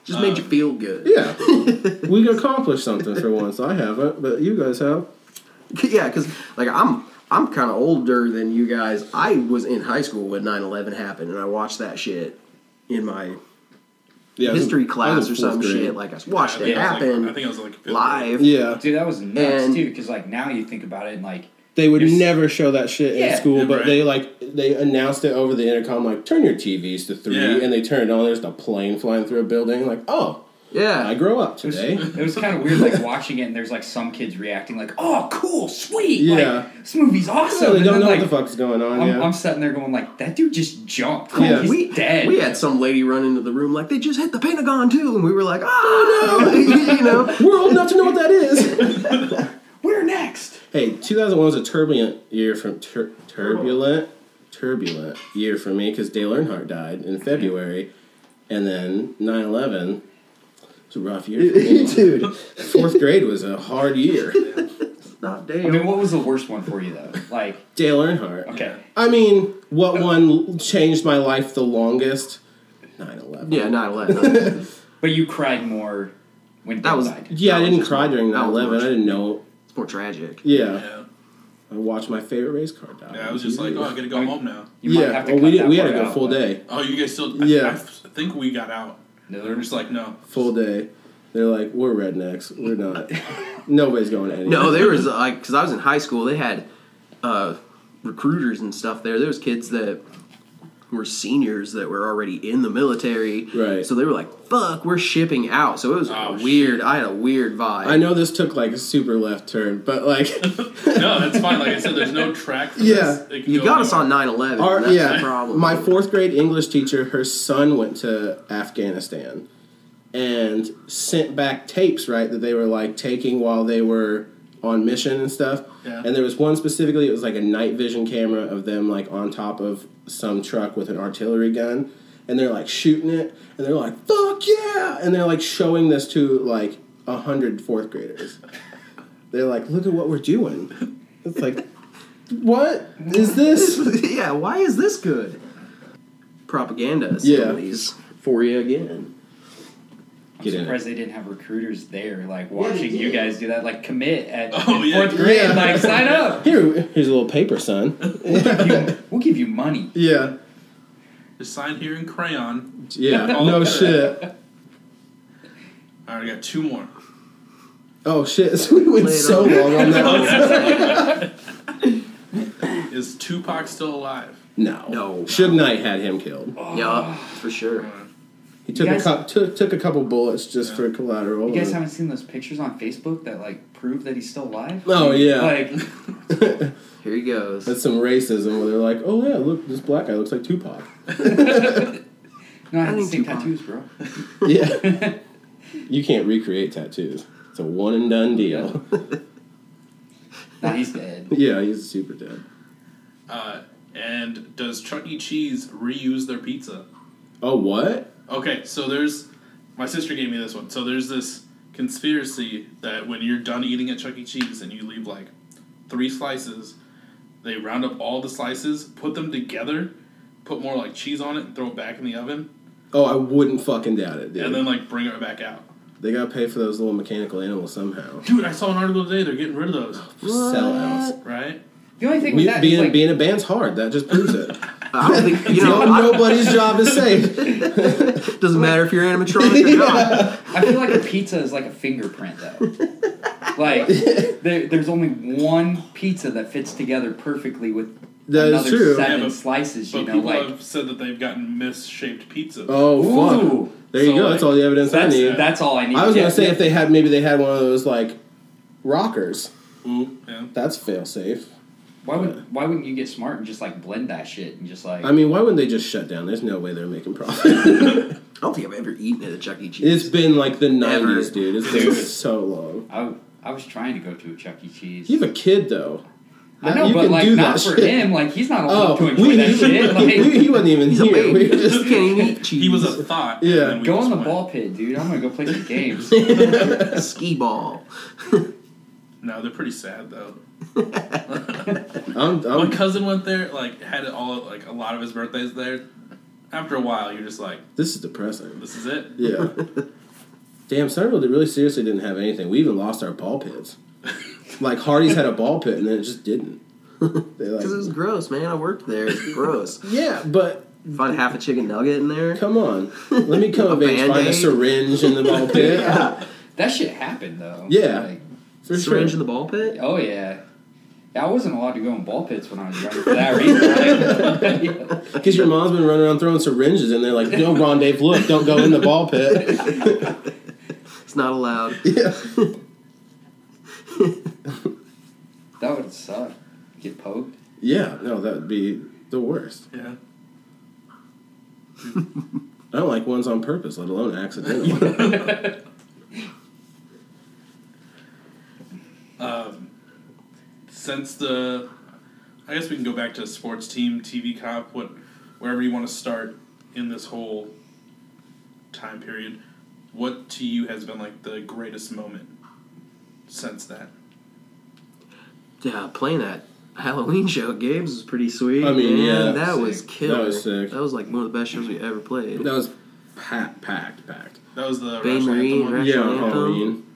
A: just made you feel good.
C: Yeah, we accomplished something for once. I haven't, but you guys have.
A: Yeah, because like I'm I'm kind of older than you guys. I was in high school when 9/11 happened, and I watched that shit in my
C: Yeah, I was in-
A: history
C: I was
A: class
C: in
A: or some
C: fourth grade.
A: shit. Like I
B: I
A: watched
B: think
A: it
B: I was,
A: happen
B: Like, I think I was like fifth grade.
A: live.
C: Yeah,
D: dude, that was nuts
A: And-
D: too. Because like now you think about it, and like,
C: they would
D: You're s-
C: never show that shit
D: Yeah.
C: in school, but
B: Right.
C: they like they announced it over the intercom, like turn your TVs to three,
B: Yeah.
C: and they turned it on. There's a plane flying through a building. Like, oh, I
A: Yeah,
C: grow up
D: it was,
C: today.
D: it was kind of weird, like watching it, and there's like some kids reacting like, "Oh, cool, sweet,
C: Yeah.
D: like, this movie's awesome."
C: So they
D: And
C: don't
D: then,
C: know
D: like,
C: what the fuck's going on.
D: I'm,
C: yeah.
D: I'm sitting there going like, "That dude just jumped. Like,
C: Yeah.
D: he's
A: we
D: dead."
A: we had some lady run into the room like they just hit the Pentagon too, and we were like, oh no, you know.
C: We're old enough to know what that is.
D: We're next.
C: hey, 2001 was a turbulent year from tur- turbulent, turbulent year for me because Dale Earnhardt died in February, and then 9/11. It's a rough year, for me. dude. Fourth grade was a hard year.
A: Not
D: I mean,
A: Dale.
D: what was the worst one for you though? Like,
C: Dale Earnhardt.
D: okay,
C: I mean, what one changed my life the longest? 9/11.
A: Yeah, 9/11.
D: but you cried more when
A: That
D: Dale
A: was-
D: died.
C: Yeah, I
A: That was
C: didn't
A: just-
C: cry during
A: that was
C: 9/11. I
A: worse.
C: didn't know.
A: it's more tragic.
C: Yeah,
B: Yeah.
C: I watched my favorite race car die.
B: Yeah, I was just like, oh, I gotta go home now.
D: You
C: yeah,
D: might have to
C: well,
D: cut
C: we did,
D: that
C: we had to
D: part
C: go
D: out,
C: full
D: but-
C: day,
B: Oh, you guys still? I,
C: Yeah.
B: I f- think we got out.
D: No,
B: They're just like, no.
C: full day. They're like, we're rednecks. We're not. Nobody's going anywhere.
A: No, there was like because I was in high school. They had uh, recruiters and stuff there. There was kids that were seniors that were already in the military.
C: Right.
A: So they were like, "Fuck, we're shipping out." So it was
B: Oh,
A: a weird. I had a weird vibe.
C: I know this took like a super left turn, but like,
B: No, that's fine. Like I said, there's no track. For
C: Yeah.
B: this. It can
A: You
B: go
A: got us
B: anywhere.
A: on 9-11.
C: our,
A: that's
C: yeah,
A: the problem.
C: my fourth grade English teacher, her son went to Afghanistan, and sent back tapes, right, that they were like taking while they were on mission and stuff.
B: Yeah.
C: And there was one specifically, it was like a night vision camera of them like on top of some truck with an artillery gun. And they're like shooting it, and they're like, fuck yeah! And they're like showing this to like a hundred fourth graders. They're like, look at what we're doing. It's like, what is this?
A: yeah, why is this good? Propaganda
C: Yeah.
A: assemblies for you again.
D: I'm
C: Get in it.
D: surprised they didn't have recruiters there, like watching you guys do that. Like commit at
B: Oh,
D: in
B: yeah.
D: fourth grade,
C: Yeah.
D: like sign up.
C: Here, here's a little paper, son.
D: You- we'll give you money.
C: yeah,
B: Just sign here in crayon.
C: yeah, no shit.
B: All right, I got two more.
C: Oh shit, so we went so long on that one.
B: Is Tupac still alive?
C: No,
A: No.
C: Suge Knight had him killed.
A: Yeah, for sure.
C: He took
D: guys-
C: a cou- took, took a couple bullets just for collateral. Uh,
D: You guys haven't seen those pictures on Facebook that like prove that he's still alive.
C: Oh, yeah.
D: Like
A: Here he goes.
C: That's some racism where they're like, oh yeah, look, this black guy looks like Tupac.
D: no, I have the
A: think
D: same
A: Tupac-
D: tattoos, bro.
C: yeah, you can't recreate tattoos. It's a one and done deal.
D: Nah, he's dead.
C: yeah, he's super dead.
B: Uh, and does Chuck E. Cheese reuse their pizza?
C: Oh what?
B: Okay, so there's my sister gave me this one. So there's this conspiracy that when you're done eating at Chuck E. Cheese and you leave like three slices, they round up all the slices, put them together, put more like cheese on it, and throw it back in the oven,
C: Oh, I wouldn't fucking doubt it, dude.
B: and then like bring it back out.
C: they gotta pay for those little mechanical animals somehow.
B: Dude, I saw an article today. They're getting rid of those,
C: Sellouts.
B: right?
D: The only thing with
C: Mu-
D: that is
C: being
D: like,
C: being a band's hard. That just proves it.
A: I don't think you know.
C: No-
A: I-
C: nobody's job is safe.
A: doesn't matter if you're animatronic or not.
D: I feel like a pizza is like a fingerprint, though. like there, there's only one pizza that fits together perfectly with
C: That is
D: another
C: true.
D: seven
B: Yeah, but-
D: slices.
B: But
D: You know,
B: people
D: like
B: have said that they've gotten misshaped pizza.
C: Oh fuck!
D: Ooh.
C: There you
B: So,
C: go.
B: like,
C: that's all the evidence I
D: that's
C: need.
D: that's all I need.
C: I was
D: Yeah,
C: gonna say
D: yeah.
C: if they had maybe they had one of those like rockers.
B: Ooh, yeah.
C: That's fail safe.
D: Why would why wouldn't you get smart and just like blend that shit and just like
C: I mean, why wouldn't they just shut down? There's no way they're making profit.
A: I don't think I've ever eaten at a Chuck E. Cheese.
C: it's been like the '90s, dude. It's been
D: Dude.
C: so long.
D: I, I was trying to go to a Chuck E. Cheese.
C: You have a kid though.
D: I know,
C: you
D: but
C: can
D: like
C: do
D: not
C: that
D: for
C: shit.
D: him. Like he's not
C: Oh,
D: allowed to enjoy
C: we,
D: that shit.
C: we- he
D: Like
C: wasn't even
A: He's a
C: here. We
A: baby.
C: were
A: Just
C: just
A: can't even eat cheese.
B: He was a thought.
C: Yeah.
B: and then we
D: go
B: just
D: in the
B: went.
D: ball pit, dude. I'm gonna go play some games.
A: skee ball.
B: No, they're pretty sad though.
C: I'm,
B: My
C: I'm,
B: cousin went there, like had it all, like a lot of his birthdays there. After a while, you're just like,
C: this is depressing.
B: this is it.
C: Yeah. Damn, Centerville did- really seriously didn't have anything. We even lost our ball pits. Like Hardy's had a ball pit and then it just didn't. They like,
A: Because it was gross, man. I worked there. It's gross.
C: yeah, but
A: Find half a chicken nugget in there.
C: come on, let me come
A: A
C: of age, find a
A: Band-Aid?
C: syringe in the ball pit.
A: Yeah.
D: that shit happened though.
C: Yeah.
D: Like,
C: For
A: Syringe in
C: sure.
A: the ball pit?
D: oh yeah. Yeah, I wasn't allowed to go in ball pits when I was younger for that reason. Like,
C: Because your mom's been running around throwing syringes in there, like, no, Ron Dave, look, don't go in the ball pit.
A: It's not allowed.
C: yeah.
D: that would suck. Get poked.
C: yeah, no, that would be the worst.
B: Yeah.
C: I don't like ones on purpose, let alone accidental.
B: Um, since the, I guess we can go back to sports team, TV cop, what, wherever you want to start in this whole time period. What to you has been like the greatest moment since that?
A: Yeah, playing that Halloween show at Gabe's was pretty sweet.
C: I mean,
A: man.
C: yeah,
A: That
B: sick.
A: was killer.
C: That was sick.
A: That was, like one of the best shows we ever played.
C: that was packed, packed, packed.
B: That was the
A: Bay
B: Rushland
A: Marine,
B: one?
A: right?
C: Yeah,
A: National
C: on
A: anthem.
C: Halloween.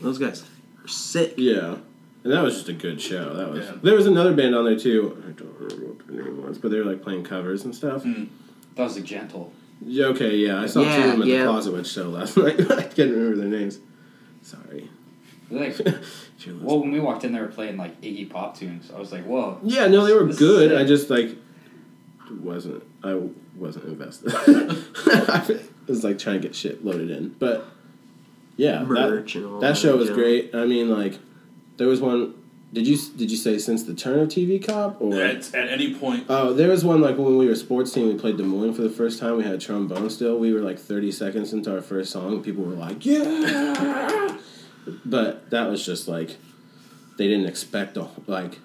A: Those guys are sick.
C: Yeah. And that was just a good show. That was
B: Yeah.
C: there was another band on there too. I don't remember what their name was, but they were like playing covers and stuff.
B: Mm.
D: That was a gentle.
C: Yeah, Okay, yeah, I saw two
A: Yeah,
C: of them at
A: yeah.
C: the Closet Witch show last night. I can't remember their names. Sorry.
D: Like,
C: If you're listening.
D: well, when we walked in, they were playing like Iggy Pop tunes. I was like, whoa.
C: yeah, no, they were
D: This is
C: good.
D: sick.
C: I just like wasn't I wasn't invested. I was like trying to get shit loaded in, but yeah, that,
A: Merch and all
C: that show was
A: yeah.
C: great. I mean, like there was one. Did you did you say since the turn of TV Cop or?
B: At, at any point,
C: Oh, there was one like when we were a sports team. We played Des Moines for the first time. We had trombone still. We were like thirty seconds into our first song, and people were like, "Yeah!" but that was just like they didn't expect a like.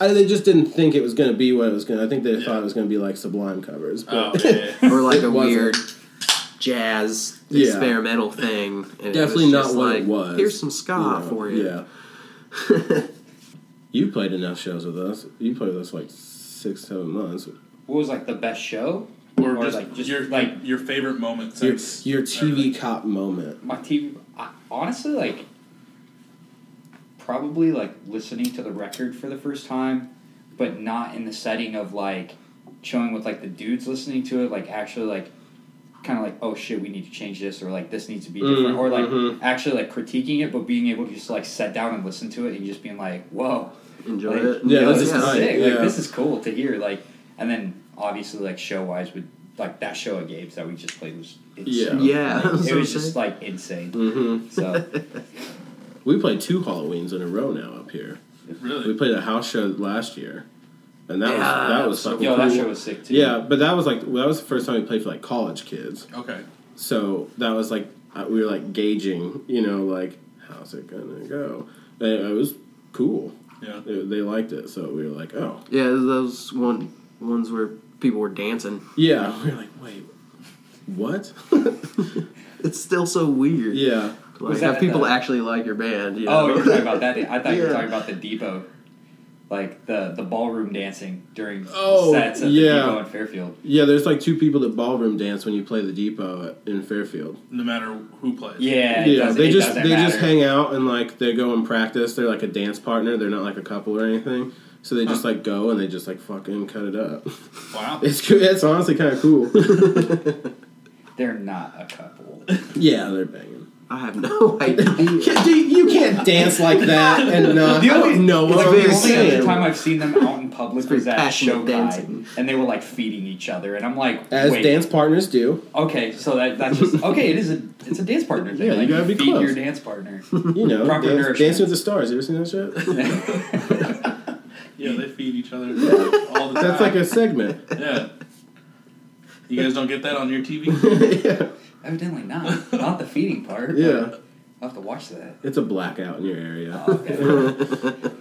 C: I, they just didn't think it was going to be what it was going. to I think they
B: Yeah.
C: thought it was going to be like Sublime covers.
B: oh,
C: But
B: yeah, yeah.
A: or like a
C: wasn't.
A: weird jazz
C: Yeah.
A: experimental thing. and it
C: Definitely
A: was
C: not
A: just
C: what it
A: like,
C: was,
A: Here's some ska
C: you know,
A: Ah, for you.
C: Yeah. you played enough shows with us. You played with us like six, seven months.
D: What was like the best show?
B: or just,
D: like just
B: your
D: like
B: your favorite moment
C: Your,
B: since
C: your TV cop moment.
D: my TV. I, honestly, like probably like listening to the record for the first time, but not in the setting of like chilling with like the dudes listening to it. Like actually, like kind of like oh shit, we need to change this or like this needs to be
B: Mm-hmm,
D: different
C: Mm,
D: or like
C: mhm.
D: actually like critiquing it, but being able to just like sit down and listen to it and just being like whoa.
A: Enjoy
D: Like,
A: it.
C: Yeah,
D: this
C: that's
D: is
C: just tight.
D: sick. Like
C: yeah.
D: this is cool to hear. Like, and then obviously like show wise with like that show of Gabe's that we just played was insane.
A: Yeah. Yeah.
D: Like, it
A: So
D: was just
A: sick.
D: like insane.
C: hmm
D: So
C: We played two Halloweens in a row now up here. We
B: really
C: played a house show last year, and that
A: Yeah,
C: was that
A: that
C: was
A: was so
C: fucking
D: yo,
C: cool.
D: that show was sick too.
C: yeah, but that was like that was the first time we played for like college kids.
B: okay.
C: So that was like uh, we were like gauging, you know, like how's it gonna go? And it was cool.
B: Yeah.
C: They, they liked it, so we were like, oh
A: Yeah, those one ones where people were dancing.
C: yeah. We were like, wait, what?
A: It's still so weird.
C: yeah,
A: Like
D: Was that
A: have people
D: the-
A: actually like your band. You
D: Oh,
A: know?
D: you're talking about that? I thought you were
A: Yeah.
D: talking about the depot, like the the ballroom dancing during
C: Oh,
D: sets at
C: yeah.
D: the depot in Fairfield.
C: yeah. There's like two people that ballroom dance when you play the Depot at- in Fairfield.
B: No matter who plays.
D: Yeah, it
C: yeah,
D: does-
C: they
D: it
C: just
D: doesn't
C: they just
D: matter.
C: hang out and like they go and practice. They're like a dance partner. They're not like a couple or anything. So they just like go and they just like fucking cut it up.
B: Wow.
C: It's coo- it's honestly kind of cool.
D: They're not a couple.
C: yeah, they're banging.
A: I have no idea.
C: you can't dance like that and not
D: The only-
C: know
D: It's
C: what
D: like
A: I'm
D: the
C: you're
D: only
A: saying.
D: other
C: saying.
D: time I've seen them out in public
A: pretty
D: was at
A: passionate
D: Show
A: dancing.
D: Guide, and they were like feeding each other, and I'm like,
C: As
D: wait,
C: dance partners do,
D: Okay, so that that's just okay. It is a it's a dance partner thing.
C: Yeah, you
D: like,
C: gotta be
D: feed
C: close.
D: your dance partner.
C: you know,
D: Proper
C: dance,
D: nourishment.
C: Dancing with the Stars. You ever seen that shit?
B: Yeah, they feed each other all the time.
C: That's like a segment.
B: yeah. You guys don't get that on your TV.
C: yeah,
D: Evidently not. Not the feeding part. but
C: yeah.
D: I'll have to watch that.
C: It's a blackout in your area.
D: Oh, okay.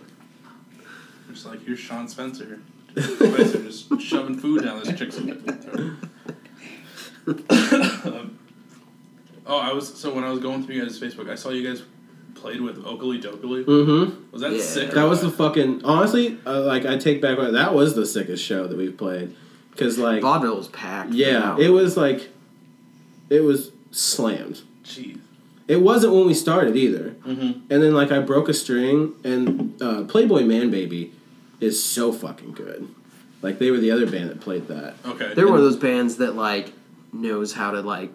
B: It's like here's Sean Spencer. Spencer just shoving food down this chick's throat. Um, oh, I was so when I was going through you guys' Facebook, I saw you guys played with Oakley Dokley.
C: Mm-hmm.
B: Was that
A: Yeah.
B: sick? or
C: That was the
B: what?
C: fucking honestly. Uh, like I take back what that was the sickest show that we've played because like
A: Vaudeville was packed.
C: yeah, it was like it was slammed.
B: Jeez.
C: It wasn't when we started either,
B: Mm-hmm.
C: and then like I broke a string and uh, Playboy Man Baby is so fucking good. Like they were the other band that played that.
B: Okay.
A: They're one of those bands that like knows how to like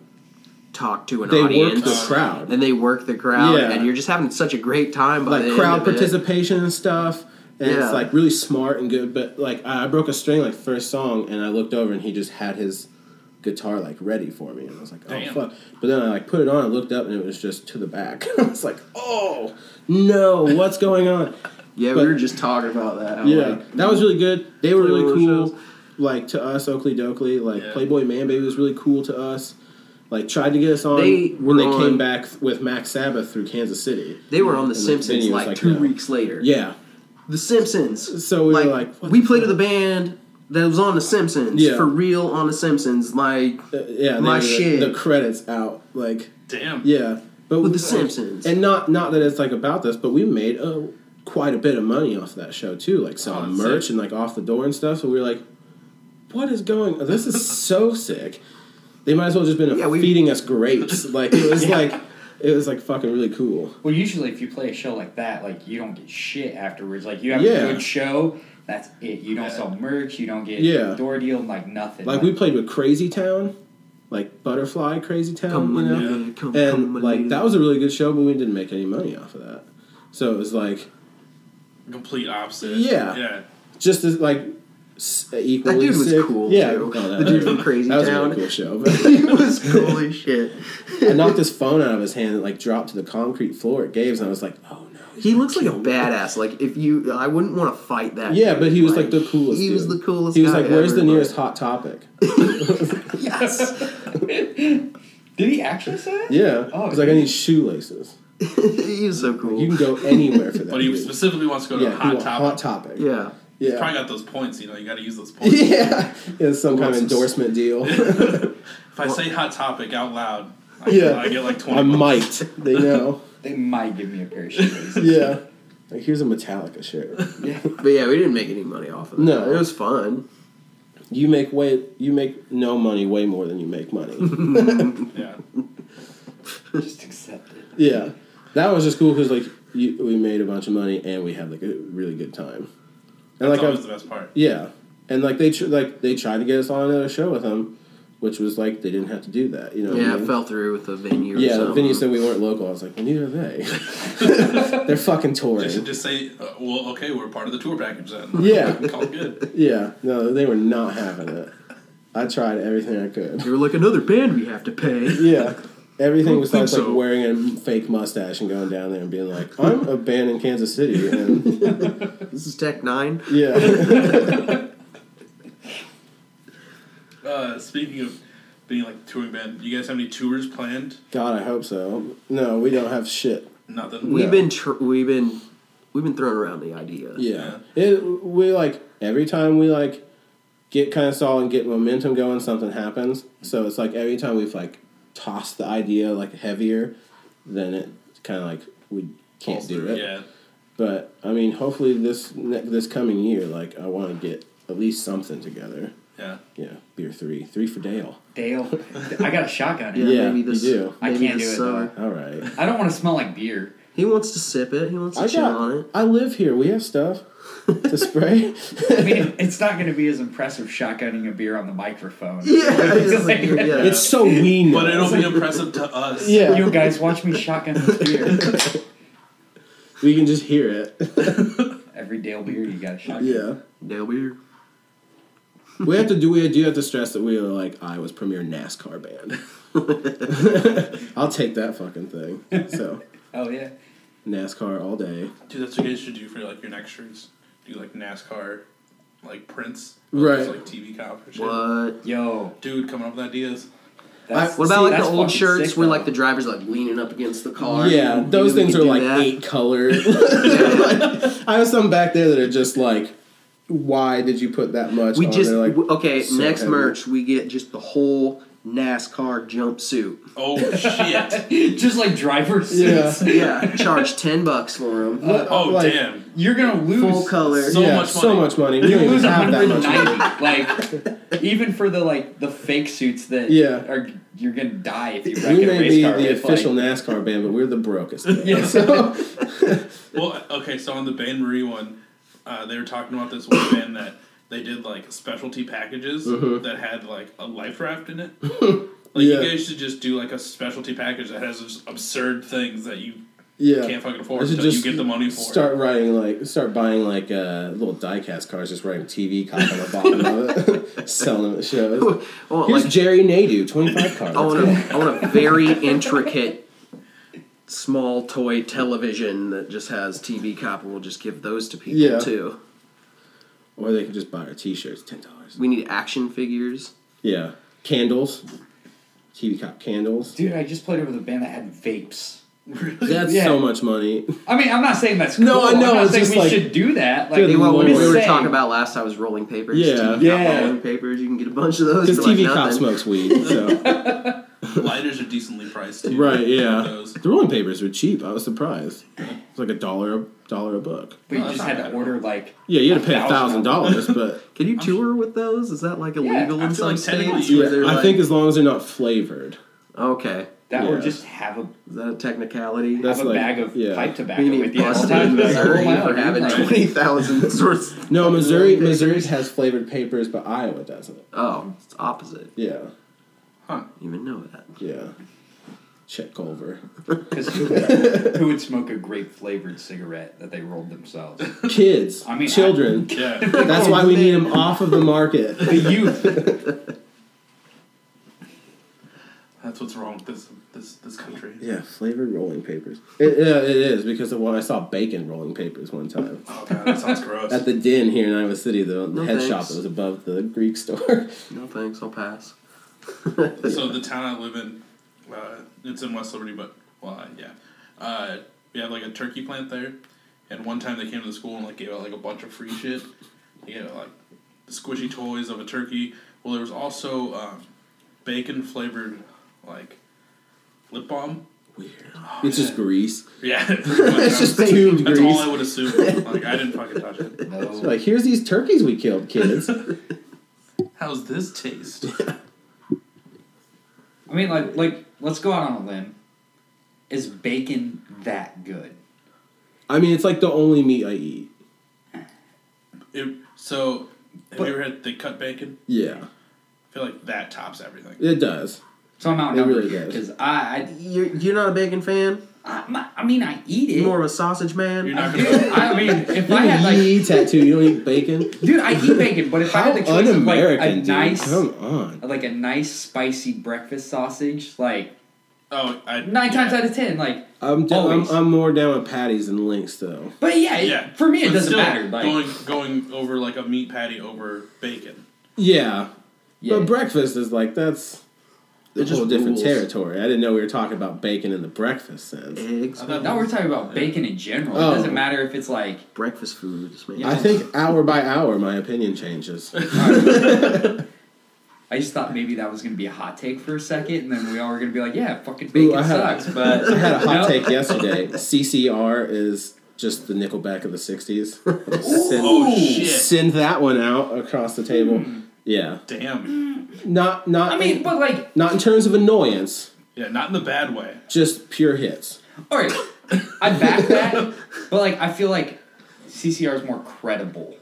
A: talk to an
C: They
A: audience
C: worked the crowd,
A: and they work the crowd
C: Yeah.
A: and you're just having such a great time by
C: like
A: the
C: crowd
A: end of it.
C: participation and stuff. And
A: Yeah.
C: it's like really smart and good, but like I I broke a string like first song, and I looked over and he just had his guitar like ready for me, and I was like, oh
B: Damn.
C: fuck. But then I like put it on, I looked up, and it was just to the back. I was like, oh no, what's going on?
A: Yeah,
C: but-
A: we were just talking about that. how,
C: yeah,
A: like,
C: that was really good. They were really
A: Playboy
C: cool.
A: shows.
C: Like to us, Oakley Dokley, like
B: Yeah.
C: Playboy Man Baby was really cool to us. Like tried to get us on
A: They
C: when they
A: were
C: came
A: on-
C: back with Max Sabbath through Kansas City.
A: they were on The
C: And the
A: Simpsons
C: videos
A: like,
C: like
A: two
C: that.
A: weeks later.
C: Yeah,
A: The Simpsons.
C: So we were like, what
A: we
C: the
A: played
C: fuck?
A: with a band that was on The Simpsons
C: Yeah.
A: for real on The Simpsons. Like
C: Uh, yeah, they
A: My
C: were the-
A: shit.
C: The, credits out, like
B: Damn.
C: yeah, but
A: with
C: we-
A: The Simpsons.
C: and not not that it's like about this, but we made uh, quite a bit of money off that show too, like
B: Oh,
C: selling
B: that's
C: merch
B: sick.
C: and like off the door and stuff. So we were like, what is going? This is so sick. They might as well just been
A: Yeah, we-
C: feeding us grapes. Like it was like it was like fucking really cool.
D: well, usually if you play a show like that, like you don't get shit afterwards. Like you have
C: Yeah.
D: a good show, that's it. You don't
B: Yeah.
D: sell merch. You don't get
C: Yeah.
D: door deal. Like nothing.
C: Like we played with Crazy Town, like Butterfly Crazy Town,
A: come
C: um, you know.
A: on, yeah, come,
C: And
A: come on,
C: like
A: yeah.
C: that was a really good show, but we didn't make any money off of that. So it was like
B: Complete opposite.
C: Yeah.
B: Yeah.
C: just as like s- equally.
A: That dude was
C: sick.
A: cool
C: Yeah,
A: too.
C: oh, that-
A: the dude from Crazy
C: that was a
A: Town.
C: really cool show.
A: he
C: But
A: was cool as shit.
C: I knocked his phone out of his hand and like dropped to the concrete floor at Gabe's, and I was like, oh no.
A: He looks like a badass. Like if you, I wouldn't want to fight that.
C: Yeah,
A: dude.
C: but he was like, the coolest.
A: He was the
C: dude.
A: coolest.
C: He was
A: guy
C: like, "Where's
A: ever,
C: the nearest
A: but-
C: hot topic?"
A: Yes.
D: Did he actually say that?
C: Yeah,
D: Oh,
C: he's like, "I
D: yeah.
C: need shoelaces."
A: he was so cool.
C: You can go anywhere for that.
B: But he
C: dude.
B: specifically wants to go to
C: yeah,
B: a
C: he
B: hot
C: went
B: topic.
C: hot topic.
A: yeah.
B: He's probably
C: yeah,
B: got those points. You know, you got to use those points.
C: yeah. It's some kind
A: What's
C: of
A: this?
C: endorsement deal.
B: If I say hot topic out loud, I,
C: Yeah.
B: I get like twenty.
C: I
B: bucks.
C: might. They know.
D: They might give me a pair of shoes.
C: Yeah. Like here's a Metallica shirt.
D: yeah.
A: But yeah, we didn't make any money off of it.
C: No.
A: it was fun.
C: You make way. You make no money. Way more than you make money.
B: Yeah.
D: Just accept it.
C: yeah, that was just cool because like you, we made a bunch of money and we had like a really good time. And
B: That's
C: like
B: always
C: I,
B: the best part.
C: yeah, and like they tr- like they tried to get us on another show with them, which was like they didn't have to do that. You know. what I
A: Yeah, it
C: mean?
A: fell through with the venue. or
C: Yeah,
A: something.
C: the venue said we weren't local. I was like, well, neither are they. They're fucking
B: They should
C: touring.
B: just say, uh, "Well, okay, we're part of the tour package then."
C: Yeah.
B: Call it good.
C: Yeah, no, they were not having it. I tried everything I could.
A: They were like another band we have to pay.
C: Yeah. Everything was
B: think
C: like, like
B: so.
C: wearing a fake mustache and going down there and being like, I'm a band in Kansas City. And
A: this is Tech Nine.
C: yeah.
B: Uh, speaking of being like touring band, you guys have any tours planned?
C: God, I hope so. No, we don't have shit.
B: Nothing.
A: We've
C: Yeah.
A: been tr- we've been we've been throwing around the idea.
C: Yeah. It, we like, every time we like get kind of solid and get momentum going, something happens. So it's like every time we've like tossed the idea like heavier, then it kind of like we can't do it.
B: Yeah.
C: But I mean, hopefully this ne- this coming year, like I want to get at least something together.
B: Yeah.
C: Yeah, beer three, three for Dale.
D: Dale, I got a shotgun.
A: Yeah,
D: here.
C: Yeah,
A: maybe
C: you
A: this.
C: do.
D: I
A: maybe
D: can't
A: this
D: do it,
A: summer.
D: though.
C: All right.
D: I don't want to smell like beer.
A: He wants to sip it. He wants to
C: I
A: chill
C: got.
A: on it.
C: I live here. We have stuff to spray.
D: I mean, it- it's not going to be as impressive shotgunning a beer on the microphone.
A: Yeah, it's just like- yeah.
C: it's so mean.
B: But it'll be impressive to us.
C: yeah.
D: You guys watch me shotgun this beer.
C: we can just hear it.
D: Every Dale beer you got a shotgun.
C: yeah.
A: Dale beer.
C: We have to do. We do have to stress that we are like Iowa's premier NASCAR band. I'll take that fucking thing. So
D: Oh yeah.
C: NASCAR all day.
B: Dude, that's what you guys should do for like your next shirts. Do like NASCAR, like prints,
C: Right.
B: Just, like TV cop or shit.
A: What?
D: Yo.
B: Dude, coming up with ideas.
D: That's,
A: What
D: see,
A: about like
D: that's
A: the old
D: fucking
A: shirts
D: sick,
A: where
D: though.
A: like the driver's like leaning up against the car?
C: Yeah,
A: Maybe
C: those
A: we
C: things
A: could
C: are
A: do
C: like
A: that.
C: eight colors. I have some back there that are just like, why did you put that much?
A: We
C: on
A: just
C: there? Like,
A: w- okay.
C: so
A: next
C: heavy.
A: merch, we get just the whole NASCAR jumpsuit.
B: Oh shit.
D: just like driver's
C: Yeah.
D: suits.
A: Yeah, charge ten bucks for them.
B: Oh
C: Like,
B: damn.
D: You're gonna lose
A: Full color.
B: So
C: yeah,
B: much
C: so
B: money.
C: much money. We
D: You
C: don't even
D: lose
C: have that much.
D: 190. like even for the like the fake suits that
C: Yeah.
D: are you're gonna die if you wreck
C: We
D: a
C: may
D: race
C: be
D: car
C: the
D: with,
C: official
D: like,
C: NASCAR band, but we're the brokest. band.
D: Yeah.
C: So,
B: Well, okay, so on the Bain Marie one, uh, they were talking about this one band that they did like specialty packages that had like a life raft in it. Like
C: Mm-hmm. Yeah.
B: you guys should just do like a specialty package that has just absurd things that you
C: yeah.
B: can't fucking
C: I
B: afford
C: should
B: until you get the money for.
C: Start writing like, start buying like uh, little diecast cars, just writing TV cop on the bottom of it, selling them at shows.
A: I want,
C: Here's
A: like,
C: Jerry Nadu, twenty five car.
A: I want a, I want a very intricate small toy television that just has TV copper. We'll just give those to people
C: Yeah.
A: too.
C: Or they can just buy our T-shirts, ten dollars.
A: We need action figures.
C: Yeah, candles, TV cop candles.
D: dude. I just played with a band that had vapes.
C: That's
D: Yeah.
C: so much money.
D: I mean, I'm not saying that's cool.
C: No, I know,
D: I'm not
C: it's
D: saying
C: just
D: we
C: like-
D: should do that. Like
C: Dude,
A: Hey, what
C: Lord.
A: we
D: I'm just
A: were
D: saying,
A: talking about last time was rolling papers.
C: Yeah.
A: TV cop
D: Yeah.
A: rolling papers. You can get a bunch of those.
C: Because
A: for, like,
C: TV cop
A: nothing.
C: smokes weed. So.
B: Lighters are decently priced too.
C: right, yeah.
B: Those.
C: The rolling papers were cheap. I was surprised. It's like a dollar, a dollar a book.
D: We
B: No, that's
D: just
B: not
D: had to
B: bad.
D: order like
C: Yeah, you had to pay a
D: thousand
C: thousand dollars, but
A: Can you tour with those? Is that like illegal
B: I
A: in
B: feel
A: some
B: like technically
A: states?
B: you-
A: where they're,
C: I
A: like-
C: think as long as they're not flavored,
A: okay.
D: that, or
C: Yeah.
D: just have a
A: Is that a technicality?
C: That's
D: have a
C: like-
D: bag of
C: yeah.
D: pipe tobacco
A: we
D: with
A: need
D: you all the
A: busted
D: time.
A: in
D: Just roll
A: Missouri
D: my
A: for
D: own,
A: having
D: right?
A: twenty thousand sorts.
C: no. Missouri,
A: Rolling papers.
C: Missouri has flavored papers, but Iowa doesn't.
A: Oh, it's opposite.
C: Yeah,
B: Huh.
A: You even know that.
C: yeah. Chet Culver.
D: 'Cause who, would- who would smoke a grape flavored cigarette that they rolled themselves?
C: Kids,
D: I mean, I-
C: children.
B: Yeah.
C: That's why we need them off of the market.
D: The youth.
B: That's That's what's wrong with this this this country.
C: Yeah, flavored rolling papers. It, yeah, it is because well, I saw bacon rolling papers one time
B: Oh god, that sounds gross.
C: at the Den here in Iowa City, the
A: No
C: head
A: thanks.
C: shop that was above the Greek store.
A: No thanks, I'll pass.
B: So the town I live in, uh, it's in West Liberty, but well, uh, yeah, uh, we have like a turkey plant there. And one time they came to the school and like gave out like a bunch of free shit. They gave out like the squishy toys of a turkey. Well, there was also um, bacon flavored like lip balm.
C: Weird. It's just grease.
B: Yeah, pretty much.
A: It's just
B: That's
A: bacon
B: all
C: grease.
B: I would assume. Like I didn't fucking touch it.
C: So, like, here's these turkeys we killed, kids.
B: How's this taste?
D: I mean, like, like let's go out on a limb. Is bacon that good?
C: I mean, it's like the only meat I eat.
B: It, so, have
D: But-
B: you ever had they cut bacon?
C: Yeah,
B: I feel like that tops everything.
C: it does.
D: So I'm outnumbered
C: really
D: here
C: does.
D: because I,
A: You're, you're not a bacon fan?
D: I, I, I mean, I eat it.
A: You're more of a sausage man?
B: You're
D: I
B: not
D: do.
B: gonna.
D: I mean, if
C: You
D: I had
C: eat
D: like,
C: tattoo. You don't eat bacon.
D: dude, I eat bacon, but if I
C: How
D: had the choice of like
C: un-American,
D: a
C: dude.
D: nice,
C: Come on.
D: like a nice spicy breakfast sausage, like
B: Oh, I,
D: nine
B: yeah.
D: times out of ten, like.
C: I'm, d- I'm
D: Always.
C: I'm more down with patties than links though.
D: But yeah, it-
B: Yeah,
D: for me it
B: But
D: doesn't
B: still,
D: matter. Like,
B: going going over like a meat patty over bacon.
C: Yeah,
D: yeah.
C: but breakfast is like that's a
A: It just
C: whole different
A: rules.
C: territory. I didn't know we were talking about bacon in the breakfast sense.
A: Eggs?
B: I thought-
D: now we're talking about bacon in general.
C: Oh.
D: It doesn't matter if it's like
A: Breakfast foods, man.
C: I think hour by hour, my opinion changes.
D: I just thought maybe that was gonna be a hot take for a second, and then we all were gonna be like, "Yeah, fucking
C: Ooh,
D: bacon
C: I had-
D: sucks." But
C: I had a hot
D: no.
C: take yesterday. CCR is just the Nickelback of the '60s. Send,
B: Oh shit!
C: send that one out across the table. Yeah,
B: Damn.
C: not not.
D: Hmm. I mean, but like,
C: not in terms of annoyance,
B: Yeah, not in the bad way.
C: just pure hits.
D: all right, I back that, but like, I feel like CCR is more credible.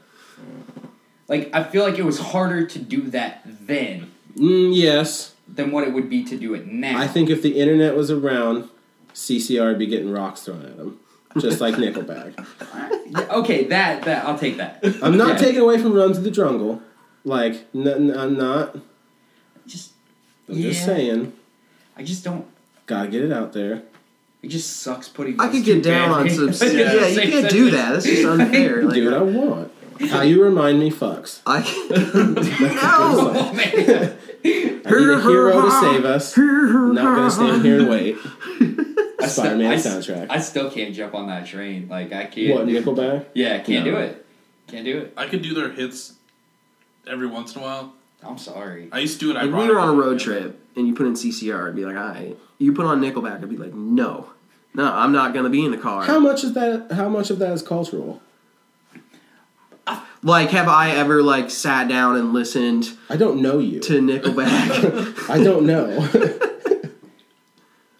D: Like, I feel like it was harder to do that then
C: Mm, yes,
D: than what it would be to do it now.
C: I think if the internet was around, CCR would be getting rocks thrown at them, just like Nickelback.
D: Yeah, okay, that that I'll take that.
C: I'm not
D: Yeah.
C: taking away from Run to the Jungle. Like, n- n- I'm not. I'm
D: Just,
C: just
D: Yeah.
C: saying.
D: I just don't.
C: Gotta get it out there.
D: It just sucks putting.
A: I
D: those
A: could
D: two
A: get down on
D: bands-
A: some.
D: Yeah,
A: Yeah,
D: same
A: you can't
D: sentence.
A: do that. That's just unfair.
C: Do what I
D: uh,
A: Like,
C: want. How you remind me fucks.
A: I no.
D: Oh man.
C: I need a hero to save us. Not gonna stand here and wait.
D: I still-
C: Spider-Man
D: I s-
C: soundtrack.
D: I still can't jump on that train. Like I can't.
C: What,
D: do-
C: Nickelback?
D: Yeah, I can't
C: No.
D: do it. Can't do it.
B: I could do their hits every once in a while.
D: I'm sorry.
B: I used to do it.
A: If we were on a road trip and you put in CCR, I'd be like, all right. You put on Nickelback, I'd be like, no. No, I'm not going to be in the car.
C: How much is that? How much of that is cultural?
A: like, have I ever, like, sat down and listened
C: I don't know you.
A: to Nickelback?
C: I don't know.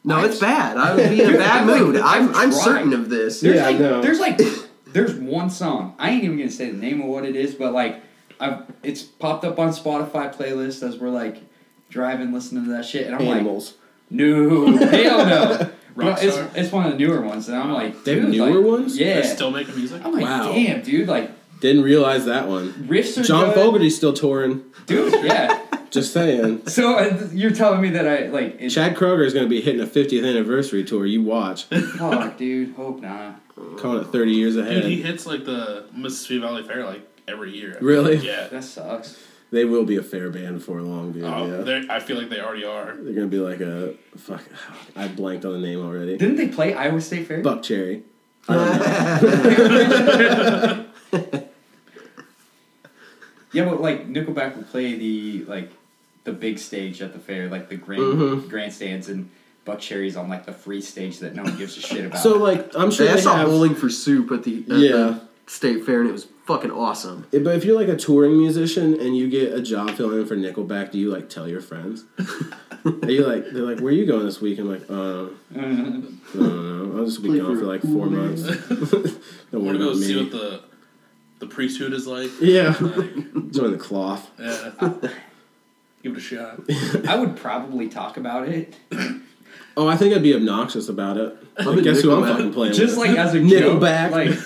A: no, it's bad. I would be in a bad
D: I've, like,
A: mood. I'm,
D: I've
A: I'm
D: tried.
A: certain of this.
D: There's
C: Yeah, I
D: like,
C: know.
D: There's like, there's one song. I ain't even gonna say the name of what it is, but like, I've it's popped up on Spotify playlists as we're like driving, listening to that shit, and I'm
C: Animals.
D: like, no, hell no. But it's,
B: Rockstar?
D: it's one of the newer ones, and I'm like,
C: They have
D: dude,
C: newer
D: like,
C: ones?
D: Yeah.
B: They're still making music.
D: I'm like,
C: Wow.
D: damn, dude, like
C: Didn't realize that one.
D: riffs are
C: John
D: good.
C: Fogerty's still touring.
D: dude, yeah.
C: Just saying.
D: So uh, you're telling me that I like it's
C: Chad Kroger is going to be hitting a 50th anniversary tour. You watch.
D: fuck, dude. Hope not.
C: Calling it 30 years ahead.
B: Dude, he hits like the Mississippi Valley Fair like every year.
C: Really?
B: Yeah.
D: That sucks.
C: They will be a fair band before long, dude.
B: Oh,
C: yeah. They're,
B: they're- I feel like they already are.
C: going to be like a. Fuck. I blanked on the name already.
D: Didn't they play Iowa State Fair?
C: Buck Cherry.
D: yeah, but like Nickelback would play the like the big stage at the fair, like the grand
C: Mm-hmm.
D: grandstands, and Buck Cherry's on like the free stage that no one gives a shit about.
C: So, like, I'm sure
A: Hey, I
C: they
A: saw
C: have.
A: Bowling for Soup at the, at
C: Yeah.
A: the State Fair, and it was fucking awesome.
C: But if you're like a touring musician and you get a job filling in for Nickelback, do you like tell your friends? Are you like they're like, where are you going this week? I'm like, uh,
D: Mm-hmm.
C: I don't know. I'll just be
A: Play
C: gone
A: for
C: for like four months. don't
B: I
C: worry
B: want to go
C: about
B: see what
C: me.
B: the the priesthood is like.
C: Yeah,
B: Like,
C: join the cloth.
B: yeah. Give it a shot.
D: I would probably talk about it,
C: Oh, I think I'd be obnoxious about it. Like, guess who I'm
A: Nickelback.
C: fucking playing
D: just
C: with?
D: like as a joke,
C: Nickelback.
D: like.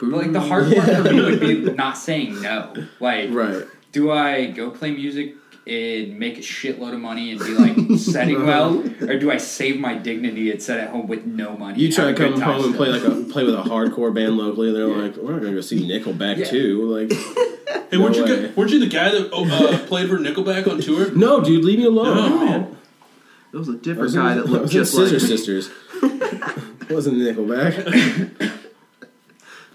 D: Like the hard part for me would be not saying no. Like,
C: right.
D: do I go play music and make a shitload of money and be like setting well, or do I save my dignity and set at home with no money?
C: You try to
D: have a good
C: come
D: time
C: home and play
D: still?
C: like a play with a hardcore band locally. They're
D: Yeah.
C: like, we're not gonna go see Nickelback
D: Yeah.
C: too. Like,
B: Hey, weren't
C: No
B: you
C: way.
B: you weren't you the guy that oh, uh, played for Nickelback on tour?
C: no, dude, leave me alone.
B: No.
A: That was a
C: That
A: different
C: was
A: guy
C: in-
A: that
C: that
A: looked
C: was in
A: just like
C: Scissor
A: me.
C: Sisters. It wasn't Nickelback.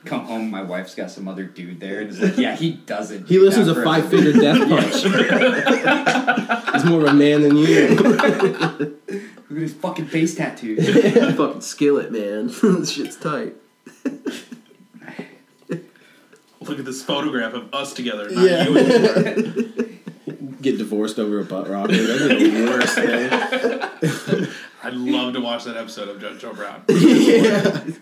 D: Come home, my wife's got some other dude there, and it's like, yeah, he doesn't.
C: He
D: do
C: listens
D: that for
C: to
D: a
C: Five Finger Death Punch. He's more of a man than you.
D: Look at his fucking face tattoo.
A: Fucking skillet, man. this shit's tight.
B: Look at this photograph of us together. Not
C: Yeah.
B: you anymore.
C: Get divorced over a butt rocket. That'd be the worst thing.
B: I'd love to watch that episode of Judge Joe Brown.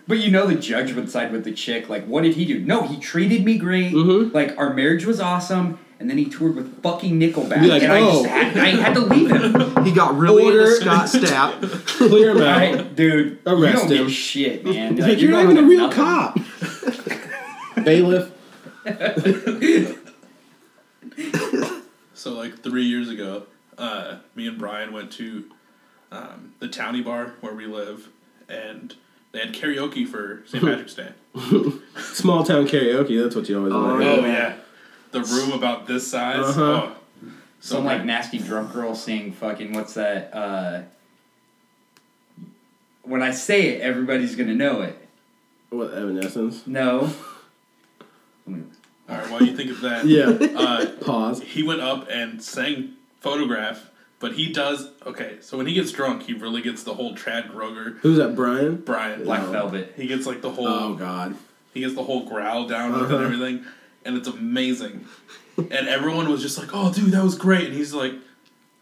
D: But you know the judge would side with the chick. Like, what did he do? No, he treated me great.
C: Mm-hmm.
D: Like, our marriage was awesome. And then he toured with fucking Nickelback,
C: Be like,
D: and I
C: "Oh."
D: just had, I had to leave him.
A: He got really
C: Order.
A: into Scott Stapp.
C: Clear him
D: All
C: out.
D: right, dude, you
C: Arrest
D: don't
C: him.
D: give shit, man.
C: He's like, you're, not even a
D: going
C: real
D: with
C: cop. Bailiff.
B: So like three years ago, uh, me and Brian went to um, the townie bar where we live, and they had karaoke for St. Patrick's Day.
C: Small town karaoke. That's what you always
A: Oh,
C: want.
B: Oh yeah, the room about this size.
C: Uh-huh.
B: Oh, so
D: Some like
B: like
D: nasty drunk girl singing fucking what's that? Uh, when I say it, everybody's gonna know it.
C: What, Evanescence?
D: No,
B: all right, while you think of that,
C: Yeah.
B: uh,
C: Pause.
B: he went up and sang "Photograph," but he does okay. So when he gets drunk, he really gets the whole Chad Kroger,
C: Who's that, Brian?
B: Brian
D: Black
B: like,
D: Velvet.
B: He gets like the whole
C: Oh, God.
B: He gets the whole growl down with it
C: Uh-huh.
B: and everything, and it's amazing. and everyone was just like, "Oh, dude, that was great," and he's like,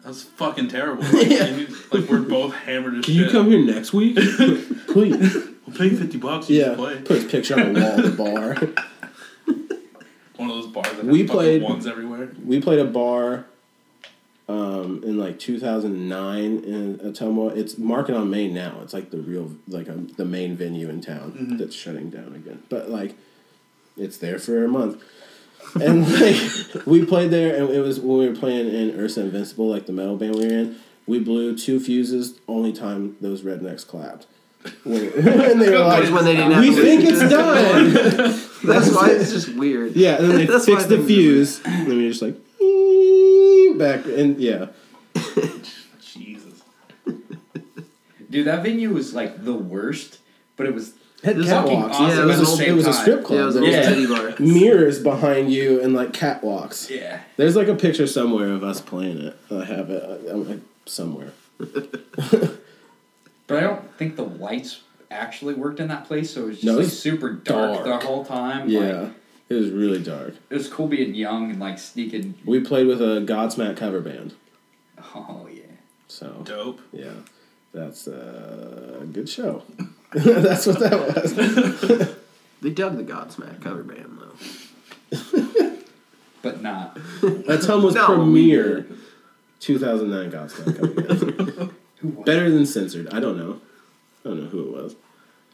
B: "That was fucking terrible." Like,
C: Yeah.
B: and he's- like we're both hammered as
C: Can
B: shit.
C: you come here next week? Please.
B: We'll pay you fifty bucks. You
C: Yeah.
B: just play
C: Put his picture on the wall of the bar.
B: one of those bars. That
C: We
B: we
C: played-
B: played ones everywhere.
C: we played a bar um, in like 2009 in Ottumwa. It's market on Main now. It's like the real like um, the main venue in town that's shutting down again. But like it's there for a month. And like we played there and it was when we were playing in Ursa Invincible like the metal band we were in. We blew two fuses only time those rednecks clapped. When, when they were
A: That's when
C: like
A: they didn't have
C: we
A: to leave.
C: think it's done.
A: That's why it's just weird.
C: Yeah, and then they
A: That's
C: fix
A: why
C: the
A: things are
C: fuse, and then you're just like back, and yeah,
B: Jesus.
D: dude, that venue was like the worst. But it was
C: had
A: It was
C: catwalks.
D: fucking
C: Yeah,
A: awesome
C: it
A: at
C: was, a,
A: the
C: stri-
D: same
C: it was a
D: time.
C: strip club.
A: Yeah, it was a
C: There
A: little
D: Yeah.
A: teddy bar.
C: was mirrors behind you and like catwalks.
D: yeah.
C: There's like a picture somewhere of us playing it. I have it uh, um, like, somewhere.
D: But I don't think the lights actually worked in that place, so it was just
C: No,
D: like
C: it's
D: super dark,
C: dark.
D: the whole time.
C: Yeah,
D: Like,
C: it was really dark.
D: it was cool being young and like sneaking.
C: We played with a Godsmack cover band,
D: Oh yeah.
C: so
B: Dope.
C: yeah, that's uh, a good show. that's what that was.
A: They dug the Godsmack cover band though.
D: But not.
C: That's home was
A: No, we
C: premiere. 2009 Godsmack cover band.
D: Who was
C: Better than censored. I don't know. I don't know who it was.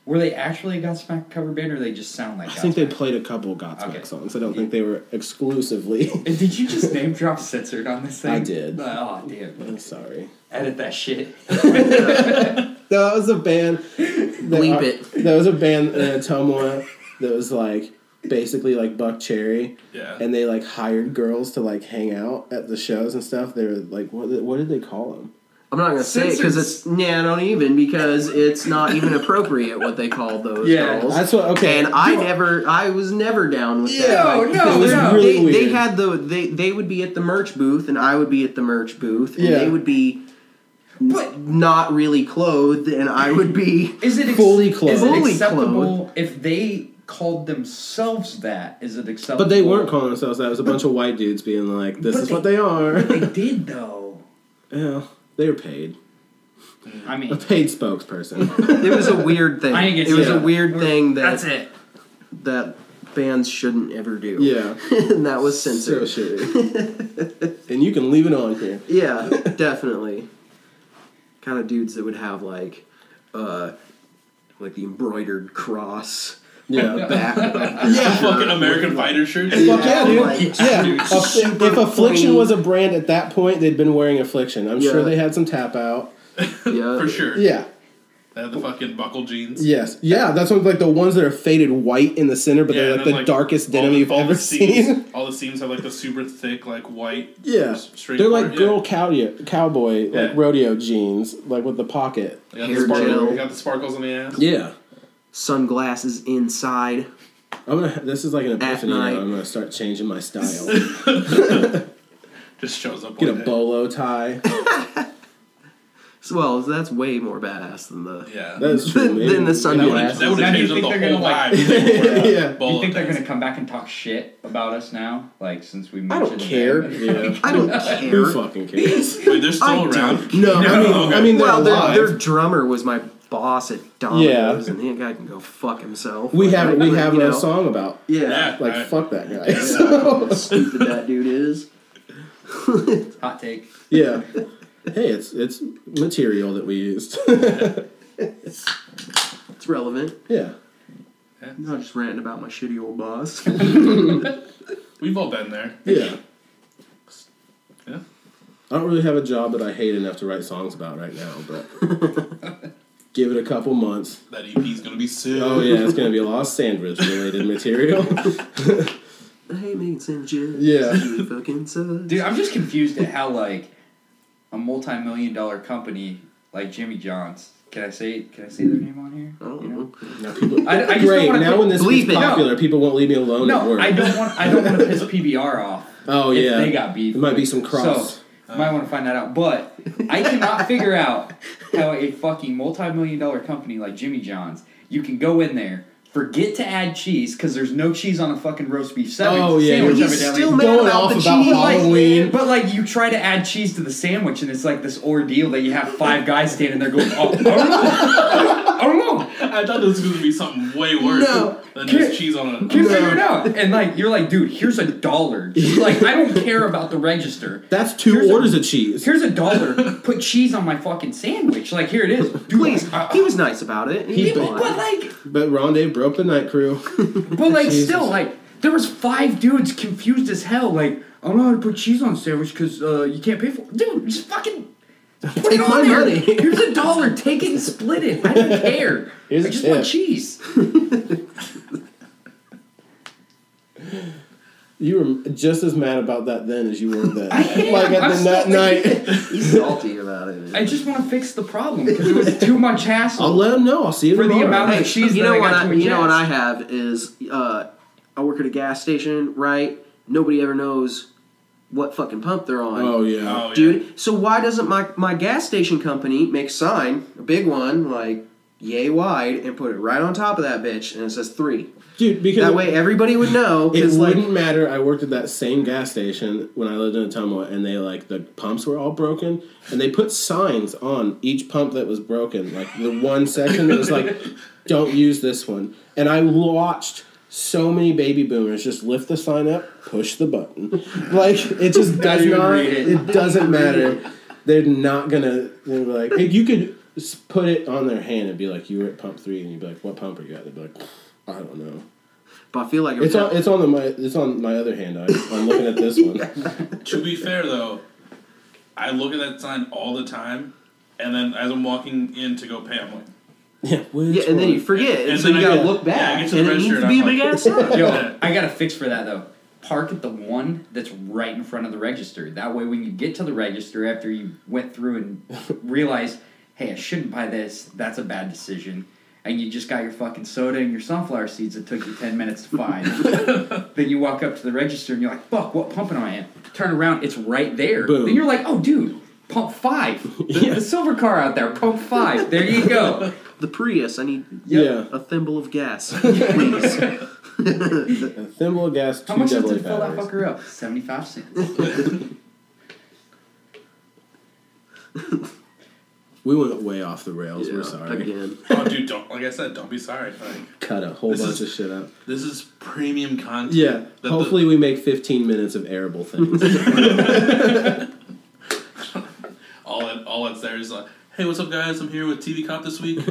D: Were they actually a Godsmack cover band, or they just sound like?
C: I think they
D: Godsmack?
C: played a couple Godsmack
D: Okay.
C: songs. I don't think they were exclusively.
D: And did you just name drop censored on this thing?
C: I did.
D: Oh damn!
C: I'm sorry.
D: Edit that shit.
C: No, that was a band. That,
A: Bleep it.
C: That was a band in Atomwa that was like basically like Buck Cherry.
B: Yeah.
C: And they like hired girls to like hang out at the shows and stuff. They were like, what, what did they call them?
A: I'm not gonna say it because it's nah, not even because it's not even appropriate what they call those
D: Yeah,
A: girls.
C: That's what. Okay.
A: and I never, I was never down with that.
D: No,
A: Like,
D: no,
C: It was
D: no.
C: really
A: they,
C: weird.
A: they had the they they would be at the merch booth and I would be at the merch booth and
C: Yeah.
A: they would be n-
D: But-
A: not really clothed and I would be
D: Is it ex-
C: Fully clothed.
D: Is it
A: Fully
D: acceptable if they called themselves that? Is it acceptable?
C: but they weren't calling themselves that. It was a bunch of white dudes being like, this
D: But
C: is
D: they-
C: what they are.
D: They did though.
C: yeah. They were paid.
D: I
C: A
D: mean,
C: paid spokesperson.
A: it was a weird thing.
D: I ain't
A: It
D: gonna
A: was
D: say
A: a
D: that.
A: weird thing that
D: that's it.
A: that bands shouldn't ever do.
C: Yeah.
A: and that was censored.
C: So shitty. and you can leave it on here.
A: Yeah, definitely. Kind of dudes that would have like, uh, like the embroidered cross Yeah, back.
B: Yeah, fucking American Fighter shirts.
C: Fuck yeah, dude.
A: like,
C: yeah.
A: dude,
C: If- if
A: super
C: Affliction
A: plain.
C: was a brand at that point, they'd been wearing Affliction. I'm sure
A: Yeah.
C: they had some tap out.
A: Yeah.
B: for sure.
C: Yeah.
B: They had the fucking buckle jeans.
C: Yes. Yeah. That's what, like the ones that are faded white in the center, but
B: Yeah,
C: they're
B: and
C: like the
B: then, like,
C: darkest
B: all
C: denim
B: the-
C: you've
B: all the
C: ever
B: seams-
C: seen.
B: All the seams have like the super thick, like white.
C: Yeah.
B: Straight
C: They're
B: cord,
C: like
B: yeah.
C: girl cow- cowboy,
B: Yeah.
C: like rodeo jeans, like with the pocket.
B: They got,
A: Hair
B: the sparkle,
A: gel.
B: they got the sparkles on the ass.
C: Yeah.
A: Sunglasses inside.
C: I'm gonna. This is like an epiphany. now.
A: night.
C: I'm gonna start changing my style.
B: Just shows up.
C: Get a
B: one day.
C: bolo tie.
A: So, well, that's way more badass than the.
B: Yeah.
C: That is true.
A: Then the
C: Maybe-
A: sundial.
C: maybe-
B: that would
D: Now,
B: have
D: do you
B: changed up
D: think
B: the
D: they're
B: whole
D: gonna, like-
B: vibe.
C: Yeah.
D: Do you think they're gonna come back and talk shit about us now? Like since we
C: I
D: mentioned
C: don't
D: them?
C: care. Yeah.
A: I don't
C: Who
A: care.
C: fucking cares?
B: Wait, they're still
A: I
B: around.
A: don't-
C: No, I mean, I mean, they're
A: well,
C: alive.
A: their, their drummer was my boss at Domino's,
C: Yeah.
A: and that guy can go fuck himself.
C: we
A: Like,
C: have
A: I-
C: we
A: I-
C: have
A: you
C: a
A: know,
C: song about
A: Yeah.
B: Yeah.
C: like
B: Alright.
C: fuck that guy. So,
A: Stupid that dude is.
D: Hot take.
C: yeah. Hey, it's it's material that we used.
A: It's relevant.
C: yeah.
A: I'm not just ranting about my shitty old boss.
B: We've all been there.
C: Yeah.
B: Yeah.
C: I don't really have a job that I hate enough to write songs about right now, but give it a couple months.
B: That EP's gonna be sick.
C: Oh yeah, it's gonna be a lot of sandwich related material.
A: hey, making sandwiches.
C: Yeah.
A: You fucking suck.
D: Dude, I'm just confused at how like a multi-million dollar company like Jimmy John's. Can I say can I say their name on here?
A: I don't
D: You
A: know.
C: Now people,
D: I, I just Don't
C: great.
D: wanna
C: Now
D: piss-
C: when this
A: Bleep
C: is
A: it. No.
C: popular, people won't leave me alone at
D: no,
C: work.
D: I don't want I don't want to piss PBR off.
C: oh
D: if
C: yeah,
D: they got beef.
C: There might be some cross.
D: So, might want to find that out. But I cannot figure out how a fucking multi-million dollar company like Jimmy John's, you can go in there, forget to add cheese because there's no cheese on a fucking roast beef sandwich.
C: Oh, yeah,
D: sandwich
C: he's
D: evidently.
A: still mad
C: Going
A: about
C: off
A: the
C: about
A: cheese.
C: Halloween.
D: But like you try to add cheese to the sandwich, and it's like this ordeal that you have five guys standing there going, oh, I don't know, I don't know,
B: I thought this was gonna be something way worse
A: No.
B: than
D: Can't-
B: just cheese on a.
D: can't figure it out. And like you're like, dude, here's a dollar. Just like I don't care about the register.
C: That's two
D: Here's a-
C: orders of cheese.
D: Here's a dollar. Put cheese on my fucking sandwich. Like here it is. Dude,
A: Please,
D: like, I-
A: he was nice about it. He,
D: but like,
C: But Rondé broke the night crew.
D: but like,
C: Jesus.
D: still like, there was five dudes confused as hell. Like, I don't know how to put cheese on a sandwich because uh, you can't pay for. it. Dude, just fucking put
A: Take
D: it on
A: my
D: there.
A: money.
D: Here's a dollar. Take it and split it. I don't care.
C: Here's
D: I
C: a
D: just want
C: tip.
D: cheese.
C: You were just as mad about that then as you were then.
D: am.
C: like at
D: I'm
C: the,
D: still
C: that
D: thinking-
C: night.
A: He's salty about it.
D: I just want to fix the problem because it was too much hassle.
C: I'll let him know. I'll see you
D: For the
C: tomorrow.
D: amount of- cheese
A: you
D: that
A: know
D: I
A: what?
D: got
A: I,
D: to
A: you know what
D: ingest.
A: I have is uh, I work at a gas station, right? Nobody ever knows what fucking pump they're on.
C: Oh yeah.
B: Oh, yeah.
A: dude. So why doesn't my my gas station company make a sign, a big one, like yay wide, and put it right on top of that bitch, and it says three.
C: Dude, because
A: That way everybody would know.
C: it
A: Because like,
C: wouldn't matter. I worked at that same gas station when I lived in Ottumwa, and they like the pumps were all broken, and they put signs on each pump that was broken. Like the one section that was like, "Don't use this one," and I watched. So many baby boomers just lift the sign up, push the button. Like it just does
D: even
C: not.
D: read it.
C: It. doesn't matter. They're not gonna. They're like if you could s- put it on their hand and be like, "You were at pump three, and you'd be like, "What pump are you at?" They'd be like, "I don't know."
A: but I feel like
C: It's on. It's on the my. It's on my other hand. I, I'm looking at this one.
B: To be fair though, I look at that sign all the time, and then as I'm walking in to go pay, I'm like,
C: Yeah. Which
A: yeah, and then
C: one?
A: you forget, and,
B: And
A: so
B: then
A: you
B: I
A: gotta
B: get-
A: look
B: yeah, I
A: back,
B: get
A: and
B: to the
A: it
B: register
A: needs to
B: and
A: be a
B: I'm
A: big
B: like-
A: ass sign.
D: Yo, I got a fix for that though. Park at the one that's right in front of the register. That way, when you get to the register after you went through and realize, hey, I shouldn't buy this. That's a bad decision. And you just got your fucking soda and your sunflower seeds that took you ten minutes to find. then you walk up to the register and you're like, "Fuck, what pump am I in?" Turn around, it's right there.
C: Boom.
D: Then you're like, "Oh, dude, pump five. The- the silver car out there, pump five. There you go."
A: The Prius, I need
C: Yeah.
A: a thimble of gas, please.
C: A uh, thimble of gas. Two
D: How much does
C: double
D: it
C: A
D: fill that
C: batteries.
D: fucker up? Seventy-five cents.
C: We went way off the rails. We're
A: Yeah,
C: sorry.
A: Again,
B: "Oh, dude, don't." Like I said, don't be sorry. Like
C: Cut a whole
B: This
C: bunch
B: is-
C: of shit up.
B: this is premium content.
C: Yeah.
B: That
C: Hopefully, we make 15 minutes of arable things.
B: the, all that all that's there is like, "Hey, what's up, guys? I'm here with TV Cop this week."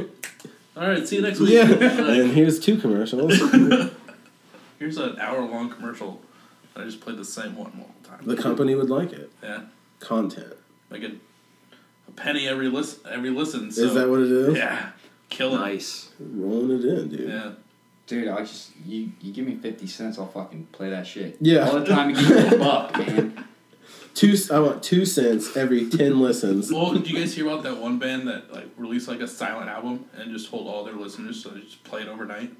B: All right, see you next week.
C: Yeah, and here's two commercials.
B: Here's an hour long commercial. I just played the same one all the time.
C: The company would like it.
B: yeah,
C: Content.
B: like a, a penny every listen. Every listen. So,
C: Is that what it is?
B: Yeah, killing.
A: Nice.
C: Rolling it in, dude.
B: Yeah,
D: Dude, I just you, you give me fifty cents, I'll fucking play that shit.
C: Yeah.
D: All the time you give me a buck, man.
C: Two. I want two cents every ten listens.
B: Well, did you guys hear about that one band that like released like a silent album and just told all their listeners to just play it overnight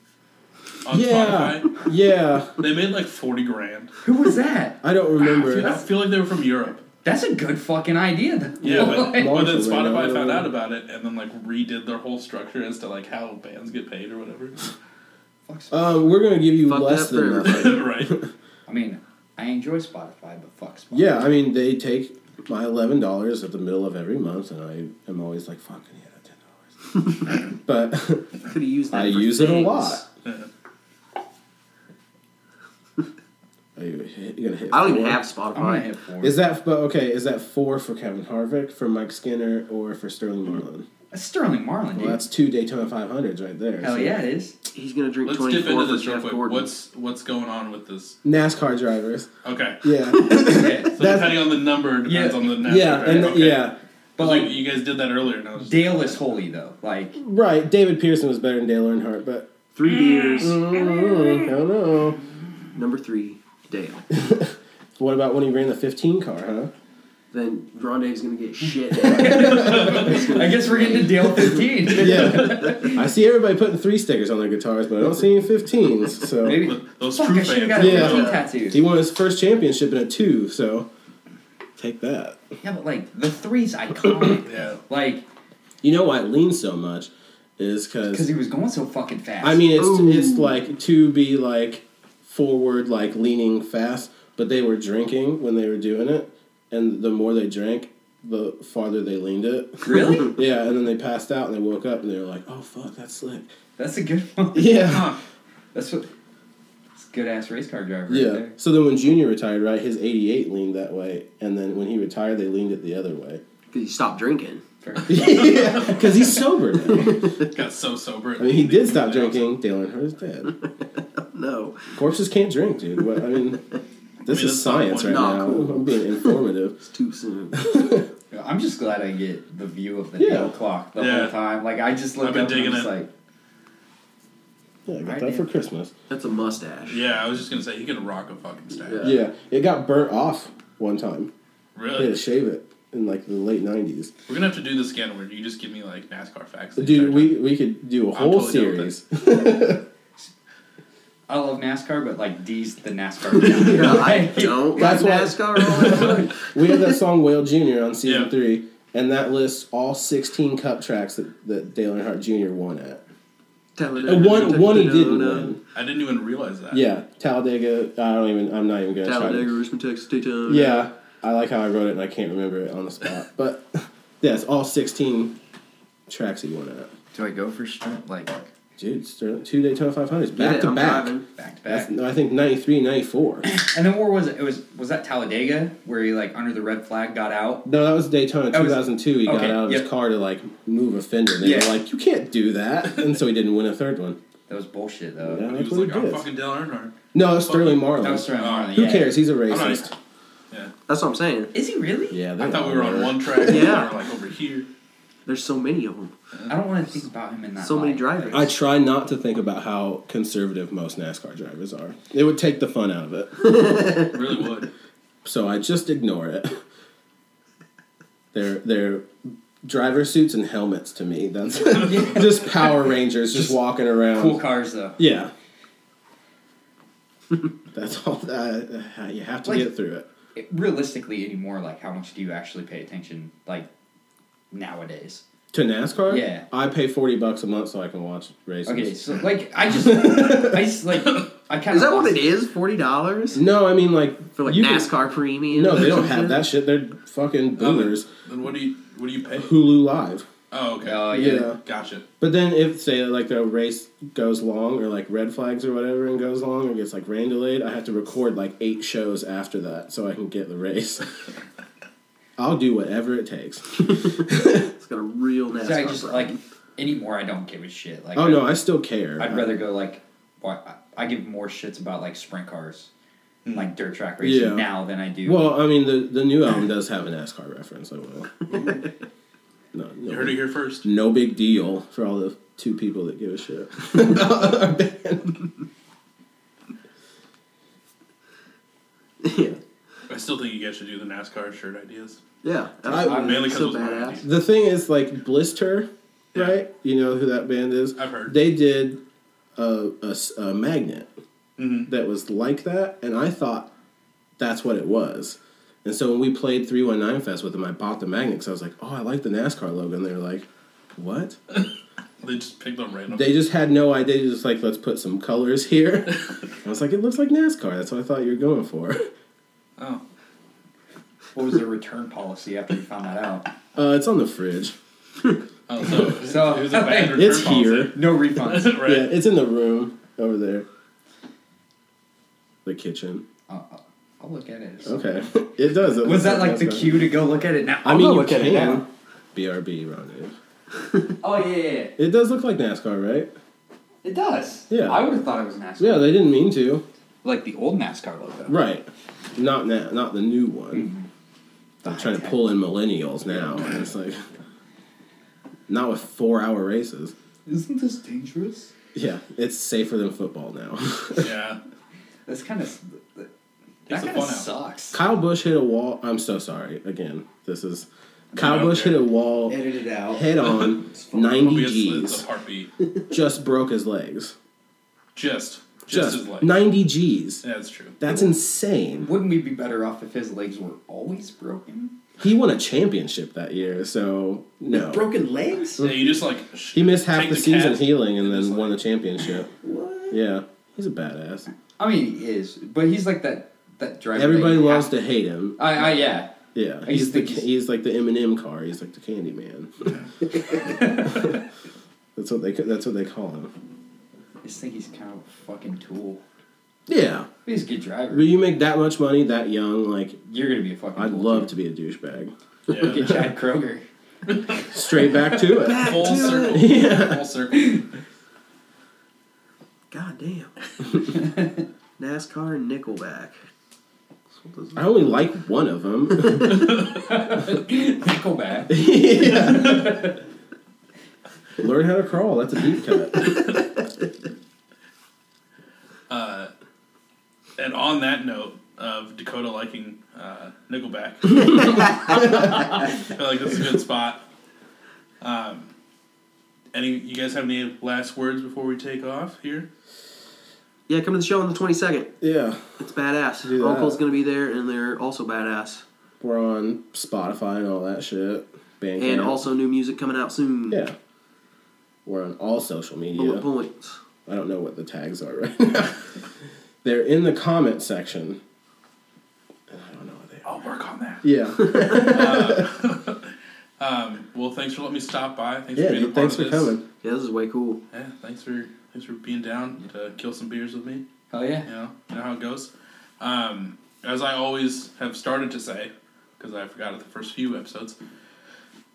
B: on
C: Yeah.
B: Spotify?
C: Yeah,
B: They made like forty grand.
D: Who was that?
C: I don't remember.
B: I feel like they were from Europe.
D: That's a good fucking idea. Though.
B: Yeah, but, but
D: Like,
B: then
C: Marshall, right?
B: Spotify
C: I don't
B: found
C: know.
B: out about it and then like redid their whole structure as to like how bands get paid or whatever.
D: fuck-
C: Um, we're gonna give you
A: Fuck
C: less
A: that
C: than
A: for
C: nothing.
B: right.
D: I mean, I enjoy Spotify, but fuck Spotify.
C: Yeah, I mean they take my eleven dollars at the middle of every month, and I am always like, "Fucking yeah, ten dollars." but
A: Could have used that.
C: I
A: for
C: use it a
A: things.
C: lot.
B: Yeah.
C: Are you, hit- you gonna hit?
A: I don't even
C: four?
A: have
D: I'm gonna
A: Spotify.
D: hit four.
C: Is that but okay? Is that four for Kevin Harvick, for Mike Skinner, or for Sterling Marlin?
D: That's Sterling Marlin, dude.
C: Well, that's two Daytona 500s right there.
D: Hell
C: so-
D: yeah, it is.
A: He's gonna drink
B: Let's
A: twenty
B: dip into
A: four for
B: this real
A: Jeff
B: quick.
A: Gordon.
B: What's what's going on with this?
C: NASCAR drivers.
B: Okay.
C: Yeah,
D: Okay.
B: So
C: That's-
B: depending on the number depends
D: Yeah.
B: on the next
C: yeah,
B: right?
C: and
B: okay.
C: yeah,
D: But
B: But
D: like
B: like you guys did that earlier and I was
D: Dale is holy though. Like
C: right. David Pearson was better than Dale Earnhardt, but
A: Three beers.
C: Mm, I don't know.
A: Number three, Dale.
C: What about when he ran the 15 car, huh?
A: Then Grande's gonna get shit.
D: I guess we're getting to Dale fifteen.
C: Yeah, I see everybody putting three stickers on their guitars, but I don't see any 15s. So
D: Maybe
B: Look, those
D: fuck,
B: true
D: I should have
B: fans.
D: got a
C: Yeah.
D: fifteen
C: he
D: tattoo.
C: won his first championship in a two. So take that.
D: Yeah, but like the three's iconic.
B: Yeah.
D: Like
C: You know why it leans so much is
D: because
C: because
D: he was going so fucking fast.
C: I mean it's
A: Ooh.
C: it's like to be like forward, like leaning fast, but they were drinking when they were doing it, and the more they drank, the farther they leaned it.
D: really?
C: Yeah, and then they passed out and they woke up and they were like, "Oh fuck, that's slick."
D: That's a good one.
C: Yeah.
B: Huh.
D: That's what. That's good ass race car driver. Right
C: Yeah.
D: there.
C: So then when Junior retired, right, his 88 leaned that way, and then when he retired, they leaned it the other way.
A: Because he stopped drinking.
D: Fair.
C: yeah, because he's sober now.
B: Got so sober.
C: I mean, he did stop drinking. Dale Earnhardt is dead.
A: No.
C: Corpses can't drink, dude. What, I mean, this
B: I mean,
C: is
B: that's not
C: science
B: one-
C: right
A: not
C: now.
A: cool.
C: I'm being informative.
A: It's too soon.
D: I'm just glad I get the view of the
C: Yeah.
D: Dale clock the
B: Yeah.
D: whole time. Like I just look
B: I've been
D: up
B: digging
D: and I'm just
B: it.
D: like,
C: Yeah, I got
D: Right,
C: that for
D: man.
C: Christmas.
A: That's a mustache.
B: Yeah, I was just gonna say he could rock a fucking stack.
A: Yeah.
C: Yeah, it got burnt off one time. They
B: Really?
C: had to shave it in like the late 90s.
B: We're gonna have to do this again where you just give me like NASCAR facts. the entire
C: Dude,
B: time.
C: we, we could do a whole
B: totally down
C: series.
B: with
D: I love NASCAR, but like D's the NASCAR. guy.
A: No, I
D: Like,
A: don't.
C: That's
A: That's
C: why-
A: NASCAR. All that much.
C: we have that song Whale Jr. on season
B: Yeah.
C: three, and that lists all 16 cup tracks that, that Dale Earnhardt Jr. won at.
A: Uh,
C: And one, one he didn't win.
B: I didn't even realize that.
C: Yeah, Talladega. I don't even. I'm not even gonna try.
A: Talladega,
C: To,
A: Richmond, Texas, Daytona.
C: yeah, I like how I wrote it and I can't remember it on the spot. But yeah, it's all 16 tracks he won at.
D: Do I go for strength? Like
C: Dude, Sterling, two Daytona 500s
A: Get
C: back
A: it,
C: to
A: I'm
C: back.
A: driving.
D: back to
C: That's,
D: back.
C: I think 93, 94.
D: And then where was it? It was was that Talladega where he like under the red flag got out?
C: No, that was Daytona
D: That was-
C: 2002. He got
D: okay,
C: out of his
D: yep.
C: car to like move a fender. They
D: Yeah.
C: were like, "You can't do that," and so he didn't win a third one.
D: That was bullshit
C: Yeah,
D: though.
B: He
C: that's
B: was
C: what
B: like,
C: he
B: I'm
C: did.
B: fucking Dale Earnhardt.
C: No, it's Sterling
D: That
C: Marlin.
D: was Sterling Marlin.
C: Who
D: yeah.
C: cares? He's a
B: I'm not-
C: racist.
B: Yeah.
A: That's what I'm saying.
D: Is he really?
C: Yeah,
B: I
C: they
B: thought
C: all
B: we were on
C: are.
B: one track.
A: Yeah.
B: We were like over here.
A: There's so many of them.
D: I don't want to think about him in that.
A: So many
D: light.
A: drivers.
C: I try not to think about how conservative most NASCAR drivers are. It would take the fun out of it,
B: Really would.
C: so I just ignore it. They're they're driver suits and helmets to me. That's just Power Rangers just, walking around.
D: Cool cars though.
C: Yeah. That's all. Uh, you have to
D: Like-
C: get through it.
D: It- realistically anymore, like how much do you actually pay attention like nowadays?
C: To NASCAR?
D: Yeah.
C: I pay 40 bucks a month so I can watch races.
D: Okay, so like I just, I just like I kind of
A: Is that what it is? Forty dollars
C: No, I mean, like.
A: for like
C: you can-
A: NASCAR premium?
C: no, they
A: or
C: don't
A: some
C: have
A: shit?
C: that shit. They're fucking
D: Oh.
C: boomers.
B: Um, Then what do you what do you pay?
C: Hulu Live.
B: Oh, okay.
D: Oh yeah.
C: Uh, Yeah.
B: Gotcha.
C: But then if, say, like the race goes long or like red flags or whatever and goes long or gets like rain delayed, I have to record like eight shows after that so I can get the race. I'll do whatever it takes.
A: It's got a real NASCAR.
D: So I just like
A: problem.
D: anymore. I don't give a shit. Like
C: Oh
D: I,
C: no, I still care.
D: I'd rather go like why I I give more shits about like sprint cars,
A: Hmm.
D: and, like dirt track racing
C: Yeah.
D: now than I do.
C: Well, I mean, the the new album does have a NASCAR reference. I will. no, no,
B: You heard it here first.
C: no big deal for all the two people that give a shit about our band.
A: yeah,
B: I still think you guys should do the NASCAR shirt ideas.
A: yeah.
C: I-
A: absolutely.
B: Mainly 'cause
A: so
B: it was my
A: badass.
B: idea.
C: The thing is, like Blister,
B: Yeah.
C: right? You know who that band is.
B: I've heard.
C: They did a, a s- a magnet
B: Mhm.
C: that was like that, and I thought that's what it was. And so when we played 319 Fest with them, I bought the magnet because I was like, oh, I like the NASCAR logo. And they were like, what?
B: They just picked on random.
C: They just had no idea. They Just like, let's put some colors here. I was like, it looks like NASCAR. That's what I thought you were going for.
B: oh,
D: what was their return policy after you found that out?
C: Uh, it's on the fridge.
B: oh, so,
D: So-
B: it was a bad return
C: It's
B: policy.
C: here.
D: No refunds.
B: right?
C: Yeah, it's in the room over there. The kitchen.
D: I'll, I'll- Uh, I'll look at it.
C: Okay, it does. It
D: Was
C: looks
D: that like the
C: NASCAR.
D: cue to go look at it now?
C: I mean,
A: I'll
C: you
A: look at it
C: can.
A: now.
C: BRB, Ronnie.
D: oh yeah, yeah, yeah.
C: It does look like NASCAR, right?
D: it does.
C: Yeah.
D: I would have thought it was NASCAR.
C: Yeah, they didn't mean to.
D: like the old NASCAR logo.
C: Right. Not na- not the new one. I'm
D: The
C: trying to
D: high-tech.
C: pull in millennials now, and it's like not with four hour races.
D: Isn't this dangerous?
C: Yeah, it's safer than football now.
B: Yeah.
D: That's kind of
B: Takes the
D: that kind of
B: fun out.
D: sucks.
C: Kyle Bush hit a wall. I'm so sorry. Again, this is Kyle
B: okay.
C: Bush hit a wall
D: Edit it out.
C: head on,
D: fine.
C: ninety
B: Obviously, it's
C: G's.
B: a heartbeat.
C: Just broke his legs.
B: Just, just,
C: Just,
B: as like.
C: ninety G's.
B: yeah, that's true.
C: That's insane.
D: Wouldn't we be better off if his legs were always broken?
C: He won a championship that year, so no.
D: Broken legs?
B: Yeah, you just like. sh-
C: He missed half
B: take
C: the season
B: cast-
C: healing and
B: It's
C: then
B: like-
C: won the championship.
D: What?
C: Yeah, he's a badass.
D: I mean, he is, but he's like that that driver.
C: Everybody
D: that you
C: loves
D: have-
C: to hate him.
D: I, I yeah.
C: Yeah,
D: I
C: he's
D: just
C: the
D: think he's-
C: he's like the Eminem car. He's like the Candy Man. that's what they that's what they call him.
D: I just think he's kind of a fucking tool.
C: Yeah,
D: But he's a good driver.
C: when you make that much money that young, like
D: You're gonna be a fucking.
C: I'd
D: tool
C: love
D: too.
C: to be a douchebag.
D: Look
B: Yeah.
D: at Chad Kroger.
C: Straight back to it.
B: Full
A: Dude.
B: circle.
C: Yeah.
B: Full circle.
A: God damn. NASCAR and Nickelback. That's what those
C: I only like one of them.
D: Nickelback.
C: yeah. Learn how to crawl. That's a deep cut.
B: Uh, and on that note of Dakota liking uh, Nickelback, I feel like this is a good spot. Um, any you guys have any last words before we take off here?
A: Yeah, come to the show on the 22nd.
C: Yeah.
A: It's badass.
C: Do that.
A: Uncle's going to be there, and they're also badass.
C: We're on Spotify and all that shit. Bandcamp.
A: And also new music coming out soon.
C: yeah, we're on all social
A: Bullet
C: media.
A: points.
C: I don't know what the tags are right now. They're in the comment section. And I don't know what they are.
B: I'll work on that.
C: Yeah,
B: Um, well, thanks for letting me stop by. Thanks for
C: yeah.
B: being a
C: dude,
B: part
C: Thanks
B: of
C: for
B: this.
C: coming.
A: Yeah, this is way cool.
B: Yeah, thanks for thanks for being down to kill some beers with me.
D: Hell yeah.
B: You know, you know how it goes. Um, as I always have started to say, because I forgot at the first few episodes,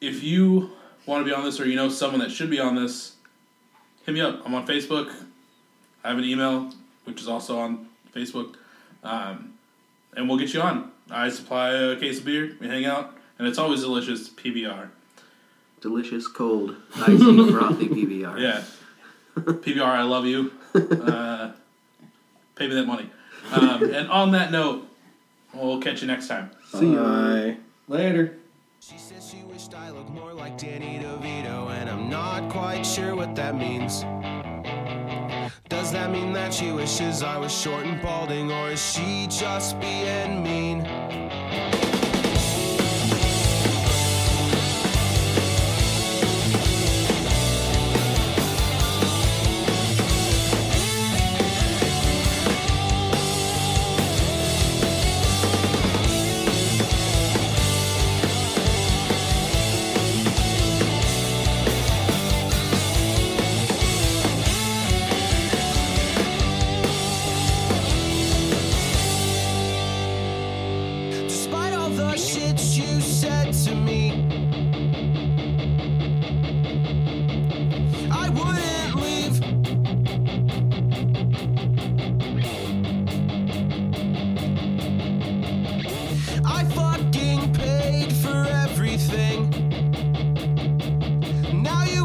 B: if you want to be on this or you know someone that should be on this, hit me up. I'm on Facebook. I have an email, which is also on Facebook, um, and we'll get you on. I supply a case of beer. We hang out, and it's always delicious PBR.
A: Delicious, cold, icy, frothy PBR.
B: Yeah. PBR, I love you. Uh, pay me that money. Um, and on that note, we'll catch you next time.
A: See ya.
C: Bye.
D: Later.
E: She says she wished I looked more like Danny DeVito, and I'm not quite sure what that means. Does that mean that she wishes I was short and balding, or is she just being mean? Just now you